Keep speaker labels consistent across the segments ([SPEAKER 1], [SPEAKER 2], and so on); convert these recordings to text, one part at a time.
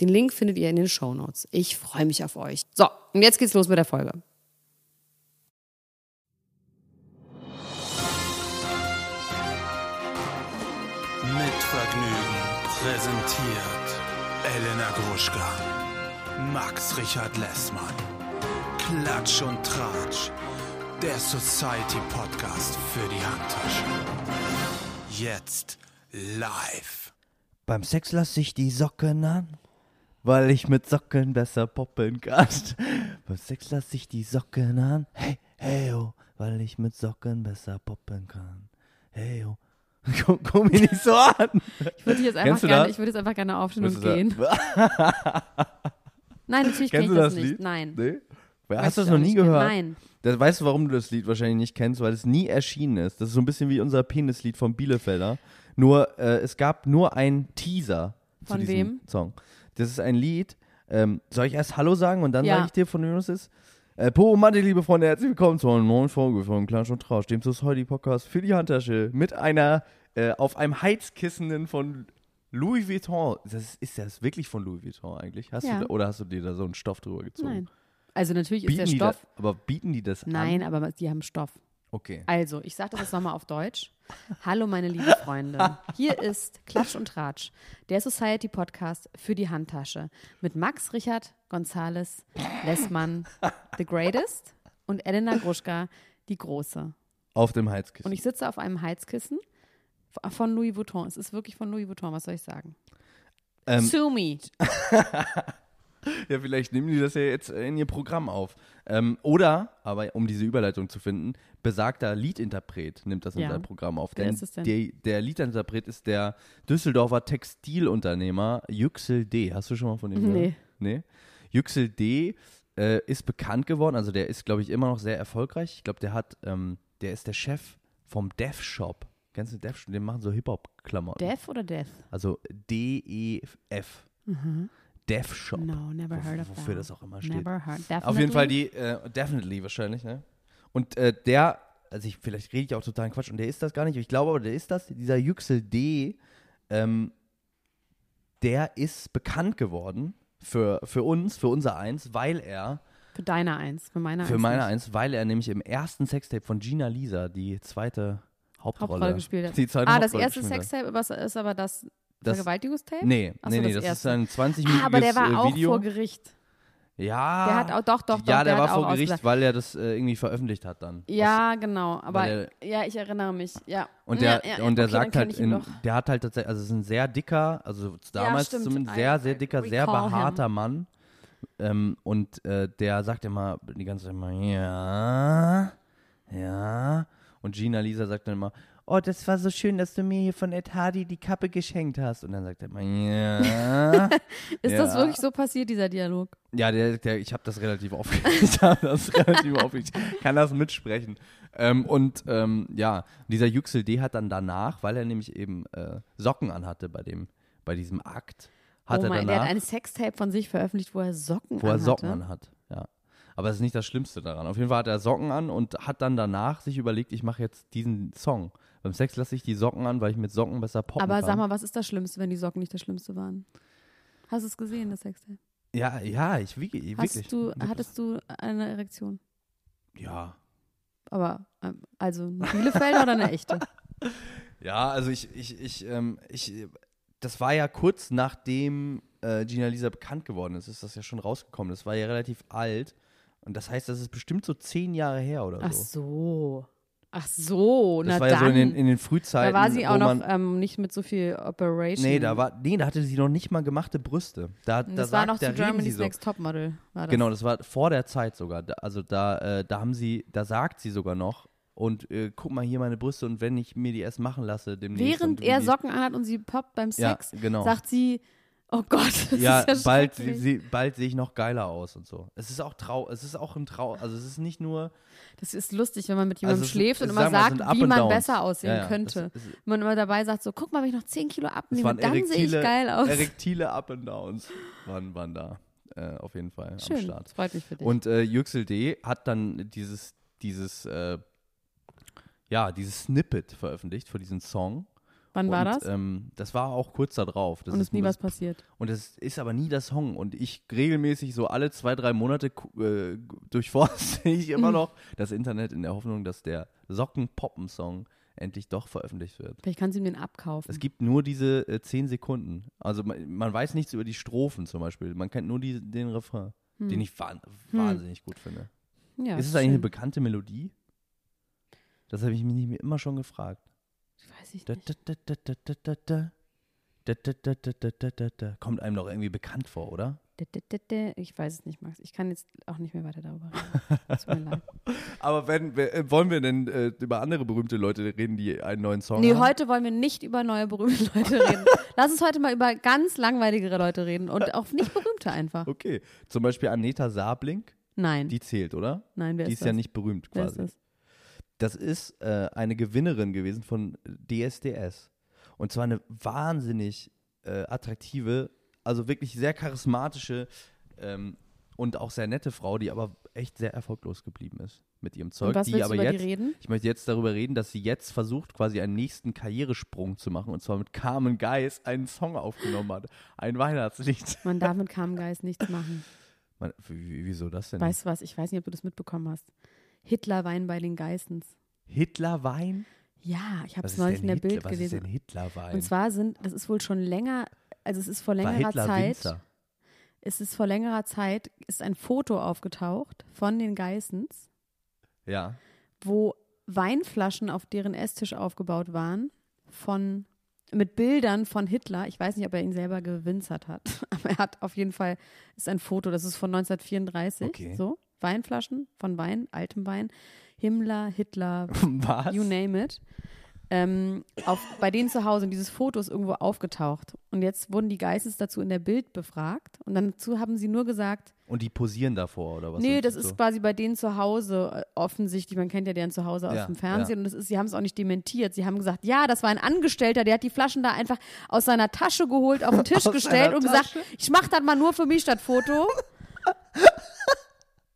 [SPEAKER 1] Den Link findet ihr in den Shownotes. Ich freue mich auf euch. So, und jetzt geht's los mit der Folge.
[SPEAKER 2] Mit Vergnügen präsentiert Elena Gruschka, Max Richard Lessmann, Klatsch und Tratsch, der Society Podcast für die Handtasche. Jetzt live.
[SPEAKER 3] Beim Sex lasse ich die Socken an, weil ich mit Socken besser poppen kann. Beim Sex lasse ich die Socken an, hey, hey, oh, weil ich mit Socken besser poppen kann. Hey, oh. Komm, komm mich nicht so an.
[SPEAKER 1] Ich würde jetzt einfach
[SPEAKER 3] Kennst du
[SPEAKER 1] gerne,
[SPEAKER 3] das?
[SPEAKER 1] ich würde jetzt einfach gerne aufstehen
[SPEAKER 3] Willst
[SPEAKER 1] und
[SPEAKER 3] du
[SPEAKER 1] gehen. Nein, natürlich kenne
[SPEAKER 3] Kennst
[SPEAKER 1] ich
[SPEAKER 3] du
[SPEAKER 1] das,
[SPEAKER 3] das
[SPEAKER 1] nicht.
[SPEAKER 3] Lied?
[SPEAKER 1] Nein.
[SPEAKER 3] Nee?
[SPEAKER 1] Möchte
[SPEAKER 3] Hast du das
[SPEAKER 1] ich
[SPEAKER 3] noch
[SPEAKER 1] auch
[SPEAKER 3] nie
[SPEAKER 1] nicht kennen.
[SPEAKER 3] gehört?
[SPEAKER 1] Nein.
[SPEAKER 3] Das, weißt du, warum du das Lied wahrscheinlich nicht kennst? Weil es nie erschienen ist. Das ist so ein bisschen wie unser Penislied von Bielefelder. Nur, äh, es gab nur einen Teaser
[SPEAKER 1] Von
[SPEAKER 3] zu diesem
[SPEAKER 1] wem?
[SPEAKER 3] Song. Das ist ein Lied. Ähm, soll ich erst Hallo sagen und dann
[SPEAKER 1] Ja.
[SPEAKER 3] sage ich dir, von wem das ist? Äh, Po und Matte, liebe Freunde, herzlich willkommen zu einer neuen Folge von Klatsch und Trausch, dem Society Podcast für die Handtasche mit einer äh, auf einem Heizkissenden von Louis Vuitton. Das ist das wirklich von Louis Vuitton eigentlich? Hast
[SPEAKER 1] Ja.
[SPEAKER 3] du da, oder hast du dir da so einen Stoff drüber gezogen?
[SPEAKER 1] Nein. Also natürlich ist
[SPEAKER 3] Bieten
[SPEAKER 1] der
[SPEAKER 3] die
[SPEAKER 1] Stoff.
[SPEAKER 3] das, aber bieten die das an?
[SPEAKER 1] Nein, aber die haben Stoff.
[SPEAKER 3] Okay.
[SPEAKER 1] Also, ich sage das jetzt nochmal auf Deutsch. Hallo, meine lieben Freunde. Hier ist Klatsch und Tratsch, der Society Podcast für die Handtasche mit Max Richard Gonzales Lessmann, The Greatest, und Elena Gruschka, die Große.
[SPEAKER 3] Auf dem
[SPEAKER 1] Und
[SPEAKER 3] Heizkissen.
[SPEAKER 1] ich sitze auf einem Heizkissen von Louis Vuitton. Es ist wirklich von Louis Vuitton, was soll ich sagen?
[SPEAKER 3] Ähm.
[SPEAKER 1] Sue me.
[SPEAKER 3] ja, vielleicht nehmen die das ja jetzt äh, in ihr Programm auf. Ähm, oder, aber um diese Überleitung zu finden, besagter Liedinterpret nimmt das in
[SPEAKER 1] Ja.
[SPEAKER 3] sein Programm auf.
[SPEAKER 1] Wer
[SPEAKER 3] Denn,
[SPEAKER 1] ist es denn?
[SPEAKER 3] Der, der Liedinterpret ist der Düsseldorfer Textilunternehmer Yüksel D. Hast du schon mal von ihm
[SPEAKER 1] Nee.
[SPEAKER 3] gehört? Nee. Yüksel D. Äh, ist bekannt geworden, also der ist, glaube ich, immer noch sehr erfolgreich. Ich glaube, der hat, ähm, der ist der Chef vom Dev Shop. Kennst du Dev Shop? Den machen so Hip-Hop-Klamotten.
[SPEAKER 1] Death oder Death?
[SPEAKER 3] Also D-E-F.
[SPEAKER 1] Mhm.
[SPEAKER 3] Dev Shop.
[SPEAKER 1] No, never heard of
[SPEAKER 3] Wofür
[SPEAKER 1] that.
[SPEAKER 3] das auch immer steht.
[SPEAKER 1] Never heard. Definitely.
[SPEAKER 3] Auf jeden Fall die äh, Definitely wahrscheinlich, ne? Und äh, der, also ich, vielleicht rede ich auch totalen Quatsch und der ist das gar nicht, ich glaube aber, der ist das, dieser Yüksel D, ähm, der ist bekannt geworden für, für uns, für unser Eins, weil er,
[SPEAKER 1] Für deine Eins, für meine
[SPEAKER 3] für
[SPEAKER 1] Eins.
[SPEAKER 3] meine
[SPEAKER 1] nicht.
[SPEAKER 3] Eins, weil er nämlich im ersten Sextape von Gina Lisa die zweite Hauptrolle,
[SPEAKER 1] Hauptrolle gespielt hat.
[SPEAKER 3] Die zweite
[SPEAKER 1] Ah, das
[SPEAKER 3] Hauptrolle
[SPEAKER 1] erste
[SPEAKER 3] gespielt hat.
[SPEAKER 1] Sextape was ist aber das,
[SPEAKER 3] Das-
[SPEAKER 1] Vergewaltigungstape?
[SPEAKER 3] Nee,
[SPEAKER 1] Ach so,
[SPEAKER 3] nee, nee,
[SPEAKER 1] das
[SPEAKER 3] das,
[SPEAKER 1] erste.
[SPEAKER 3] ist ein 20
[SPEAKER 1] Ah,
[SPEAKER 3] minütiges
[SPEAKER 1] aber der war
[SPEAKER 3] äh,
[SPEAKER 1] auch
[SPEAKER 3] Video.
[SPEAKER 1] vor Gericht.
[SPEAKER 3] ja.
[SPEAKER 1] Der hat auch, doch, doch,
[SPEAKER 3] ja,
[SPEAKER 1] doch,
[SPEAKER 3] der,
[SPEAKER 1] der
[SPEAKER 3] war
[SPEAKER 1] hat auch
[SPEAKER 3] vor Gericht,
[SPEAKER 1] ausgesagt.
[SPEAKER 3] weil er das äh, irgendwie veröffentlicht hat dann. Aus-
[SPEAKER 1] Ja, genau. Aber
[SPEAKER 3] Weil
[SPEAKER 1] ja, ich erinnere mich. Ja.
[SPEAKER 3] Und der,
[SPEAKER 1] ja, ja,
[SPEAKER 3] und der
[SPEAKER 1] okay,
[SPEAKER 3] sagt
[SPEAKER 1] dann kenn
[SPEAKER 3] halt,
[SPEAKER 1] ich ihn
[SPEAKER 3] in,
[SPEAKER 1] doch.
[SPEAKER 3] der hat halt tatsächlich, also es ist ein sehr dicker, also damals
[SPEAKER 1] stimmt.
[SPEAKER 3] zumindest
[SPEAKER 1] I-
[SPEAKER 3] sehr, sehr
[SPEAKER 1] I
[SPEAKER 3] dicker, sehr
[SPEAKER 1] recall him.
[SPEAKER 3] behaarter Mann. Ähm, und äh, der sagt immer die ganze Zeit immer, ja, ja. Und Gina Lisa sagt dann immer, oh, das war so schön, dass du mir hier von Ed Hardy die Kappe geschenkt hast. Und dann sagt er immer, ja.
[SPEAKER 1] Ist das
[SPEAKER 3] Ja.
[SPEAKER 1] wirklich so passiert, dieser Dialog?
[SPEAKER 3] Ja, der, der, ich habe das relativ aufgeregt. Ich hab das relativ aufgeregt. Ich kann das mitsprechen. Ähm, und ähm, ja, dieser Yüksel D hat dann danach, weil er nämlich eben äh, Socken anhatte bei dem, bei diesem Akt, hat
[SPEAKER 1] oh
[SPEAKER 3] er
[SPEAKER 1] mein, der
[SPEAKER 3] danach,
[SPEAKER 1] hat ein Sextape von sich veröffentlicht, wo er Socken
[SPEAKER 3] wo er
[SPEAKER 1] anhatte.
[SPEAKER 3] Socken anhat. Ja. Aber das ist nicht das Schlimmste daran. Auf jeden Fall hat er Socken an und hat dann danach sich überlegt, ich mache jetzt diesen Song. Beim Sex lasse ich die Socken an, weil ich mit Socken besser poppen
[SPEAKER 1] Aber
[SPEAKER 3] kann.
[SPEAKER 1] sag mal, was ist das Schlimmste, wenn die Socken nicht das Schlimmste waren? Hast du es gesehen, das Sextape?
[SPEAKER 3] ja, ja, ich wiege, ich wirklich.
[SPEAKER 1] Hast du,
[SPEAKER 3] wirklich.
[SPEAKER 1] hattest du eine Erektion?
[SPEAKER 3] ja.
[SPEAKER 1] Aber ähm, also eine Bielefelder oder eine
[SPEAKER 3] Also.
[SPEAKER 1] echte?
[SPEAKER 3] Ja, also ich, ich, ich, ähm, ich, äh, das war ja kurz nachdem äh, Gina Lisa bekannt geworden ist, ist das ja schon rausgekommen. Das war ja relativ alt. Und das heißt, das ist bestimmt so zehn Jahre her oder so.
[SPEAKER 1] Ach so. Ach so,
[SPEAKER 3] das
[SPEAKER 1] na
[SPEAKER 3] war
[SPEAKER 1] dann.
[SPEAKER 3] ja so in den, in den Frühzeiten.
[SPEAKER 1] da war sie auch
[SPEAKER 3] wo
[SPEAKER 1] noch
[SPEAKER 3] man,
[SPEAKER 1] ähm, nicht mit so viel Operation.
[SPEAKER 3] nee, da war, nee, da hatte sie noch nicht mal gemachte Brüste. Da,
[SPEAKER 1] Und
[SPEAKER 3] da
[SPEAKER 1] das
[SPEAKER 3] sagt,
[SPEAKER 1] war noch
[SPEAKER 3] da
[SPEAKER 1] zu
[SPEAKER 3] reden sie
[SPEAKER 1] Germany's
[SPEAKER 3] so.
[SPEAKER 1] Next Topmodel. War das.
[SPEAKER 3] Genau, das war vor der Zeit sogar. Da, also da, äh, da haben sie, da sagt sie sogar noch, und äh, guck mal hier meine Brüste und wenn ich mir die erst machen lasse demnächst.
[SPEAKER 1] Während
[SPEAKER 3] und
[SPEAKER 1] er
[SPEAKER 3] die-
[SPEAKER 1] Socken anhat und sie poppt beim
[SPEAKER 3] Ja,
[SPEAKER 1] Sex,
[SPEAKER 3] genau.
[SPEAKER 1] sagt sie, oh Gott, das
[SPEAKER 3] Ja,
[SPEAKER 1] ist ja
[SPEAKER 3] bald,
[SPEAKER 1] schrecklich.
[SPEAKER 3] sie, bald sehe ich noch geiler aus und so. Es ist auch trau, es ist auch ein Trau, also es ist nicht nur
[SPEAKER 1] Das ist lustig, wenn man mit jemandem
[SPEAKER 3] Also es-
[SPEAKER 1] schläft und
[SPEAKER 3] es-
[SPEAKER 1] immer
[SPEAKER 3] sagen wir, es
[SPEAKER 1] sagt,
[SPEAKER 3] sind Up
[SPEAKER 1] wie
[SPEAKER 3] and
[SPEAKER 1] man
[SPEAKER 3] Downs.
[SPEAKER 1] besser aussehen
[SPEAKER 3] Ja, ja,
[SPEAKER 1] könnte.
[SPEAKER 3] es- es-
[SPEAKER 1] wenn man immer dabei sagt, so, guck mal, wenn ich noch 10 Kilo
[SPEAKER 3] es
[SPEAKER 1] abnehme,
[SPEAKER 3] waren
[SPEAKER 1] dann sehe ich
[SPEAKER 3] erektile,
[SPEAKER 1] geil aus.
[SPEAKER 3] erektile Up and Downs waren, waren da äh, auf jeden Fall am
[SPEAKER 1] Schön,
[SPEAKER 3] Start.
[SPEAKER 1] das freut mich für dich.
[SPEAKER 3] Und äh, Yüksel D hat dann dieses, dieses, äh, ja, dieses Snippet veröffentlicht für diesen Song.
[SPEAKER 1] Wann war
[SPEAKER 3] und,
[SPEAKER 1] das?
[SPEAKER 3] Ähm, das war auch kurz da drauf. Das
[SPEAKER 1] und ist nie
[SPEAKER 3] nur
[SPEAKER 1] was
[SPEAKER 3] das,
[SPEAKER 1] passiert.
[SPEAKER 3] und das ist aber nie der Song. Und ich regelmäßig so alle zwei, drei Monate ku- äh, durchforste ich
[SPEAKER 1] Mhm.
[SPEAKER 3] immer noch das Internet in der Hoffnung, dass der Socken-Poppen-Song endlich doch veröffentlicht wird.
[SPEAKER 1] Vielleicht kannst du ihm den abkaufen.
[SPEAKER 3] Es gibt nur diese äh, zehn Sekunden. Also man, man weiß nichts über die Strophen zum Beispiel. Man kennt nur die, den Refrain, den ich wahn, wahnsinnig gut finde.
[SPEAKER 1] Mhm. Hm. ja,
[SPEAKER 3] ist es eigentlich eine
[SPEAKER 1] schön.
[SPEAKER 3] bekannte Melodie? Das habe ich mich mir immer schon gefragt.
[SPEAKER 1] Weiß ich
[SPEAKER 3] Da,
[SPEAKER 1] nicht.
[SPEAKER 3] da, da, da, da, da, da, da. Da, da, da, da, da, da, da, da. Kommt einem doch irgendwie bekannt vor, oder?
[SPEAKER 1] Da, da, da, da. Ich weiß es nicht, Max. Ich kann jetzt auch nicht mehr weiter darüber reden. Tut mir leid.
[SPEAKER 3] Aber wenn, wir- äh, wollen wir denn äh, über andere berühmte Leute reden, die einen neuen Song
[SPEAKER 1] Nee,
[SPEAKER 3] haben?
[SPEAKER 1] heute wollen wir nicht über neue berühmte Leute reden. Lass uns heute mal über ganz langweiligere Leute reden und auch nicht berühmte einfach.
[SPEAKER 3] Okay, zum Beispiel Aneta Sablink,
[SPEAKER 1] Nein,
[SPEAKER 3] die zählt, oder?
[SPEAKER 1] nein, wer
[SPEAKER 3] die
[SPEAKER 1] ist
[SPEAKER 3] ist
[SPEAKER 1] das?
[SPEAKER 3] ja nicht berühmt
[SPEAKER 1] wer
[SPEAKER 3] quasi.
[SPEAKER 1] ist das?
[SPEAKER 3] Das ist äh, eine Gewinnerin gewesen von DSDS. Und zwar eine wahnsinnig äh, attraktive, also wirklich sehr charismatische ähm, und auch sehr nette Frau, die aber echt sehr erfolglos geblieben ist mit ihrem Zeug.
[SPEAKER 1] Und was
[SPEAKER 3] die
[SPEAKER 1] willst du
[SPEAKER 3] aber
[SPEAKER 1] über die
[SPEAKER 3] jetzt,
[SPEAKER 1] reden?
[SPEAKER 3] Ich möchte jetzt darüber reden, dass sie jetzt versucht, quasi einen nächsten Karrieresprung zu machen. Und zwar mit Carmen Geis einen Song aufgenommen hat. Ein Weihnachtslied.
[SPEAKER 1] Man darf mit Kamgeist nichts machen.
[SPEAKER 3] Man, w- w- wieso das denn?
[SPEAKER 1] Weißt du was? Ich weiß nicht, ob du das mitbekommen hast. Hitlerwein bei den Geissens.
[SPEAKER 3] Hitlerwein?
[SPEAKER 1] Ja, ich habe
[SPEAKER 3] Was
[SPEAKER 1] es
[SPEAKER 3] ist
[SPEAKER 1] neulich in
[SPEAKER 3] denn
[SPEAKER 1] der
[SPEAKER 3] Hitler-
[SPEAKER 1] Bild
[SPEAKER 3] Was ist denn
[SPEAKER 1] gelesen.
[SPEAKER 3] Hitlerwein?
[SPEAKER 1] Und zwar sind, das ist wohl schon länger, also es ist vor
[SPEAKER 3] War
[SPEAKER 1] längerer
[SPEAKER 3] Hitler
[SPEAKER 1] Zeit,
[SPEAKER 3] Winzer?
[SPEAKER 1] es ist vor längerer Zeit, ist ein Foto aufgetaucht von den Geissens,
[SPEAKER 3] Ja.
[SPEAKER 1] wo Weinflaschen auf deren Esstisch aufgebaut waren von mit Bildern von Hitler. Ich weiß nicht, ob er ihn selber gewinzert hat, aber er hat auf jeden Fall ist ein Foto. Das ist von 1934.
[SPEAKER 3] Okay.
[SPEAKER 1] So Weinflaschen von Wein, altem Wein, Himmler, Hitler,
[SPEAKER 3] Was?
[SPEAKER 1] you ne- name it. Ähm, auf, bei denen zu Hause und dieses Foto ist irgendwo aufgetaucht. Und jetzt wurden die Geistes dazu in der Bild befragt. Und dann dazu haben sie nur gesagt,
[SPEAKER 3] Und die posieren davor oder was?
[SPEAKER 1] nee,
[SPEAKER 3] Und
[SPEAKER 1] das
[SPEAKER 3] so.
[SPEAKER 1] ist quasi bei denen zu Hause äh, offensichtlich. Man kennt ja deren zu Hause aus
[SPEAKER 3] Ja,
[SPEAKER 1] dem Fernsehen.
[SPEAKER 3] ja.
[SPEAKER 1] Und das ist, sie haben es auch nicht dementiert. Sie haben gesagt, ja, das war ein Angestellter, der hat die Flaschen da einfach aus seiner Tasche geholt, auf den Tisch
[SPEAKER 3] Aus
[SPEAKER 1] gestellt
[SPEAKER 3] seiner
[SPEAKER 1] und gesagt, ich mach das mal nur für mich statt Foto.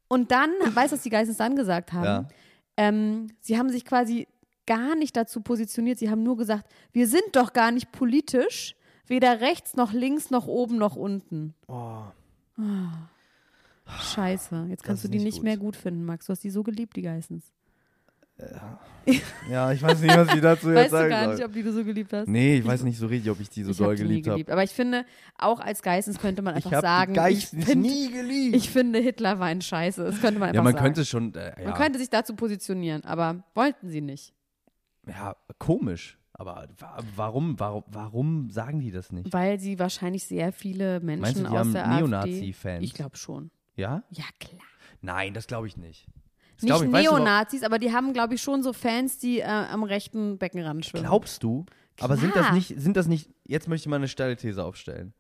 [SPEAKER 1] und dann, weißt du, was die Geistes dann gesagt haben?
[SPEAKER 3] Ja.
[SPEAKER 1] ähm, sie haben sich quasi gar nicht dazu positioniert. Sie haben nur gesagt, wir sind doch gar nicht politisch, weder rechts noch links noch oben noch unten. Ah.
[SPEAKER 3] Oh,
[SPEAKER 1] Scheiße, jetzt kannst du
[SPEAKER 3] ist
[SPEAKER 1] die
[SPEAKER 3] nicht
[SPEAKER 1] nicht
[SPEAKER 3] gut.
[SPEAKER 1] mehr gut finden, Max. Du hast die so geliebt, die Geissens.
[SPEAKER 3] ja, ich weiß nicht, was ich dazu jetzt
[SPEAKER 1] Weißt du
[SPEAKER 3] sagen
[SPEAKER 1] gar
[SPEAKER 3] soll.
[SPEAKER 1] nicht, ob die du so geliebt hast?
[SPEAKER 3] nee, ich weiß nicht so richtig, ob ich die so
[SPEAKER 1] ich hab
[SPEAKER 3] doll
[SPEAKER 1] die nie
[SPEAKER 3] geliebt habe.
[SPEAKER 1] geliebt. Aber ich finde, auch als Geissens könnte man
[SPEAKER 3] Ich
[SPEAKER 1] einfach
[SPEAKER 3] habe
[SPEAKER 1] sagen,
[SPEAKER 3] die
[SPEAKER 1] ich,
[SPEAKER 3] Geist
[SPEAKER 1] find,
[SPEAKER 3] nie geliebt.
[SPEAKER 1] ich finde Hitler war ein Scheiße. Das könnte man einfach
[SPEAKER 3] ja, man
[SPEAKER 1] sagen.
[SPEAKER 3] könnte schon, äh, ja,
[SPEAKER 1] Man könnte sich dazu positionieren, aber wollten sie nicht.
[SPEAKER 3] ja, komisch. Aber wa- warum, warum, warum sagen die das nicht?
[SPEAKER 1] Weil sie wahrscheinlich sehr viele Menschen
[SPEAKER 3] Meinst du, die
[SPEAKER 1] aus
[SPEAKER 3] haben
[SPEAKER 1] der AfD...
[SPEAKER 3] Neonazi-Fans?
[SPEAKER 1] Ich glaube schon.
[SPEAKER 3] Ja?
[SPEAKER 1] Ja, klar.
[SPEAKER 3] Nein, das glaube ich nicht. Das
[SPEAKER 1] Nicht
[SPEAKER 3] glaub ich, weißt du, warum-
[SPEAKER 1] Neonazis, aber die haben, glaube ich, schon so Fans, die äh, am rechten Beckenrand schwimmen.
[SPEAKER 3] Glaubst du? Aber sind das
[SPEAKER 1] Klar.
[SPEAKER 3] nicht, sind das nicht, jetzt möchte ich mal eine steile These aufstellen.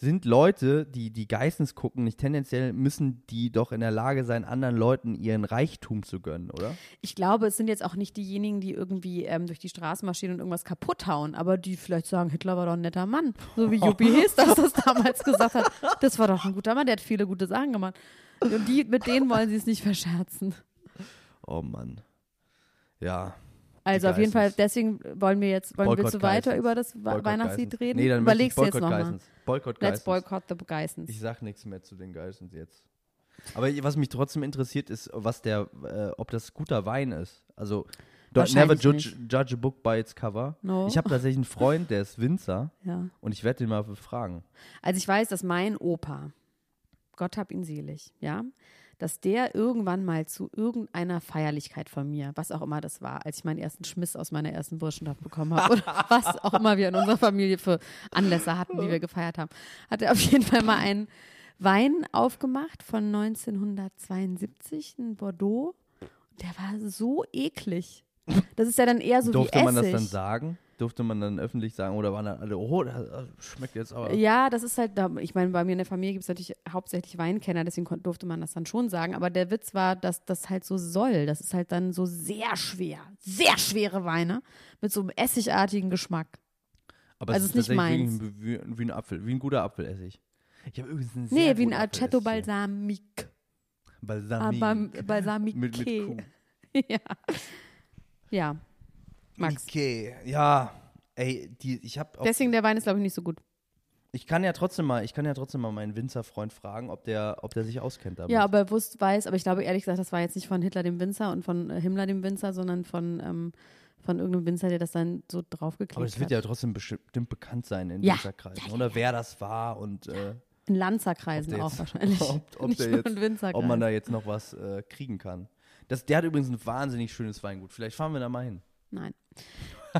[SPEAKER 3] Sind Leute, die die Geissens gucken, nicht tendenziell, müssen die doch in der Lage sein, anderen Leuten ihren Reichtum zu gönnen, oder?
[SPEAKER 1] Ich glaube, es sind jetzt auch nicht diejenigen, die irgendwie ähm, durch die Straßen marschieren und irgendwas kaputt hauen, aber die vielleicht sagen, Hitler war doch ein netter Mann. So wie Juppie Hees das, das damals gesagt hat. Das war doch ein guter Mann, der hat viele gute Sachen gemacht. Und die, mit denen wollen sie es nicht verscherzen.
[SPEAKER 3] Oh Mann. Ja.
[SPEAKER 1] Also auf jeden Fall,
[SPEAKER 3] Geissens.
[SPEAKER 1] deswegen wollen wir jetzt, wollen wir jetzt
[SPEAKER 3] Boykott
[SPEAKER 1] so weiter
[SPEAKER 3] Geissens.
[SPEAKER 1] über das Wa-
[SPEAKER 3] Boykott
[SPEAKER 1] Weihnachtslied
[SPEAKER 3] Geissens.
[SPEAKER 1] reden?
[SPEAKER 3] Nee, dann
[SPEAKER 1] Überlegst du
[SPEAKER 3] möchte ich
[SPEAKER 1] jetzt
[SPEAKER 3] Boykott
[SPEAKER 1] nochmal.
[SPEAKER 3] Geissens. Boykott
[SPEAKER 1] Let's
[SPEAKER 3] Geissens.
[SPEAKER 1] boycott the Geissens.
[SPEAKER 3] Ich sag nichts mehr zu den Geissens jetzt. Aber was mich trotzdem interessiert, ist, was der, äh, ob das guter Wein ist. Also, don't never
[SPEAKER 1] Wahrscheinlich
[SPEAKER 3] judge, judge a book by its cover.
[SPEAKER 1] No.
[SPEAKER 3] Ich habe tatsächlich einen Freund, der ist Winzer
[SPEAKER 1] Ja.
[SPEAKER 3] und ich werde den mal fragen.
[SPEAKER 1] Also ich weiß, dass mein Opa, Gott hab ihn selig, ja, dass der irgendwann mal zu irgendeiner Feierlichkeit von mir, was auch immer das war, als ich meinen ersten Schmiss aus meiner ersten Burschenschaft bekommen habe oder was auch immer wir in unserer Familie für Anlässe hatten, die wir gefeiert haben, hat er auf jeden Fall mal einen Wein aufgemacht von 1972, ein Bordeaux. Der war so eklig. Das ist ja dann eher so
[SPEAKER 3] Durfte
[SPEAKER 1] Also wie
[SPEAKER 3] man
[SPEAKER 1] Essig.
[SPEAKER 3] das dann sagen? Durfte man dann öffentlich sagen? Oder waren dann alle, oh, das schmeckt jetzt aber.
[SPEAKER 1] Ja, das ist halt, da- ich meine, bei mir in der Familie gibt es natürlich hauptsächlich Weinkenner, deswegen kon- durfte man das dann schon sagen. Aber der Witz war, dass das halt so soll. Das ist halt dann so sehr schwer, sehr schwere Weine mit so einem essigartigen Geschmack.
[SPEAKER 3] aber
[SPEAKER 1] also
[SPEAKER 3] es
[SPEAKER 1] ist nicht
[SPEAKER 3] tatsächlich Wie, wie, wie ein Apfel, wie ein guter Apfelessig. Ich habe übrigens einen sehr
[SPEAKER 1] nee, wie ein
[SPEAKER 3] guten
[SPEAKER 1] Aceto
[SPEAKER 3] Apfelessig hier.
[SPEAKER 1] Balsamic.
[SPEAKER 3] Balsamic.
[SPEAKER 1] Aber Balsamic.
[SPEAKER 3] mit, mit Kuh.
[SPEAKER 1] ja. ja. Max.
[SPEAKER 3] Okay, ja. Ey, die, ich habe
[SPEAKER 1] Deswegen der Wein ist, glaube ich, nicht so gut.
[SPEAKER 3] Ich kann ja trotzdem mal, ich kann ja trotzdem mal meinen Winzerfreund fragen, ob der, ob der sich auskennt damit.
[SPEAKER 1] Ja, aber er wusst, weiß, aber ich glaube ehrlich gesagt, das war jetzt nicht von Hitler dem Winzer und von äh, Himmler dem Winzer, sondern von, ähm, von irgendeinem Winzer, der das dann so draufgeklebt
[SPEAKER 3] Aber es wird
[SPEAKER 1] hat.
[SPEAKER 3] ja trotzdem bestimmt bekannt sein in
[SPEAKER 1] Ja.
[SPEAKER 3] Winzerkreisen, ne? oder? Wer das war und äh,
[SPEAKER 1] In
[SPEAKER 3] ob
[SPEAKER 1] Lanzerkreisen
[SPEAKER 3] der
[SPEAKER 1] auch
[SPEAKER 3] jetzt-
[SPEAKER 1] wahrscheinlich.
[SPEAKER 3] Ob, ob,
[SPEAKER 1] Nicht
[SPEAKER 3] der
[SPEAKER 1] nur in
[SPEAKER 3] jetzt, ob
[SPEAKER 1] Winzerkreisen.
[SPEAKER 3] man da jetzt noch was äh, kriegen kann. Das, der hat übrigens ein wahnsinnig schönes Weingut. Vielleicht fahren wir da mal hin.
[SPEAKER 1] Nein.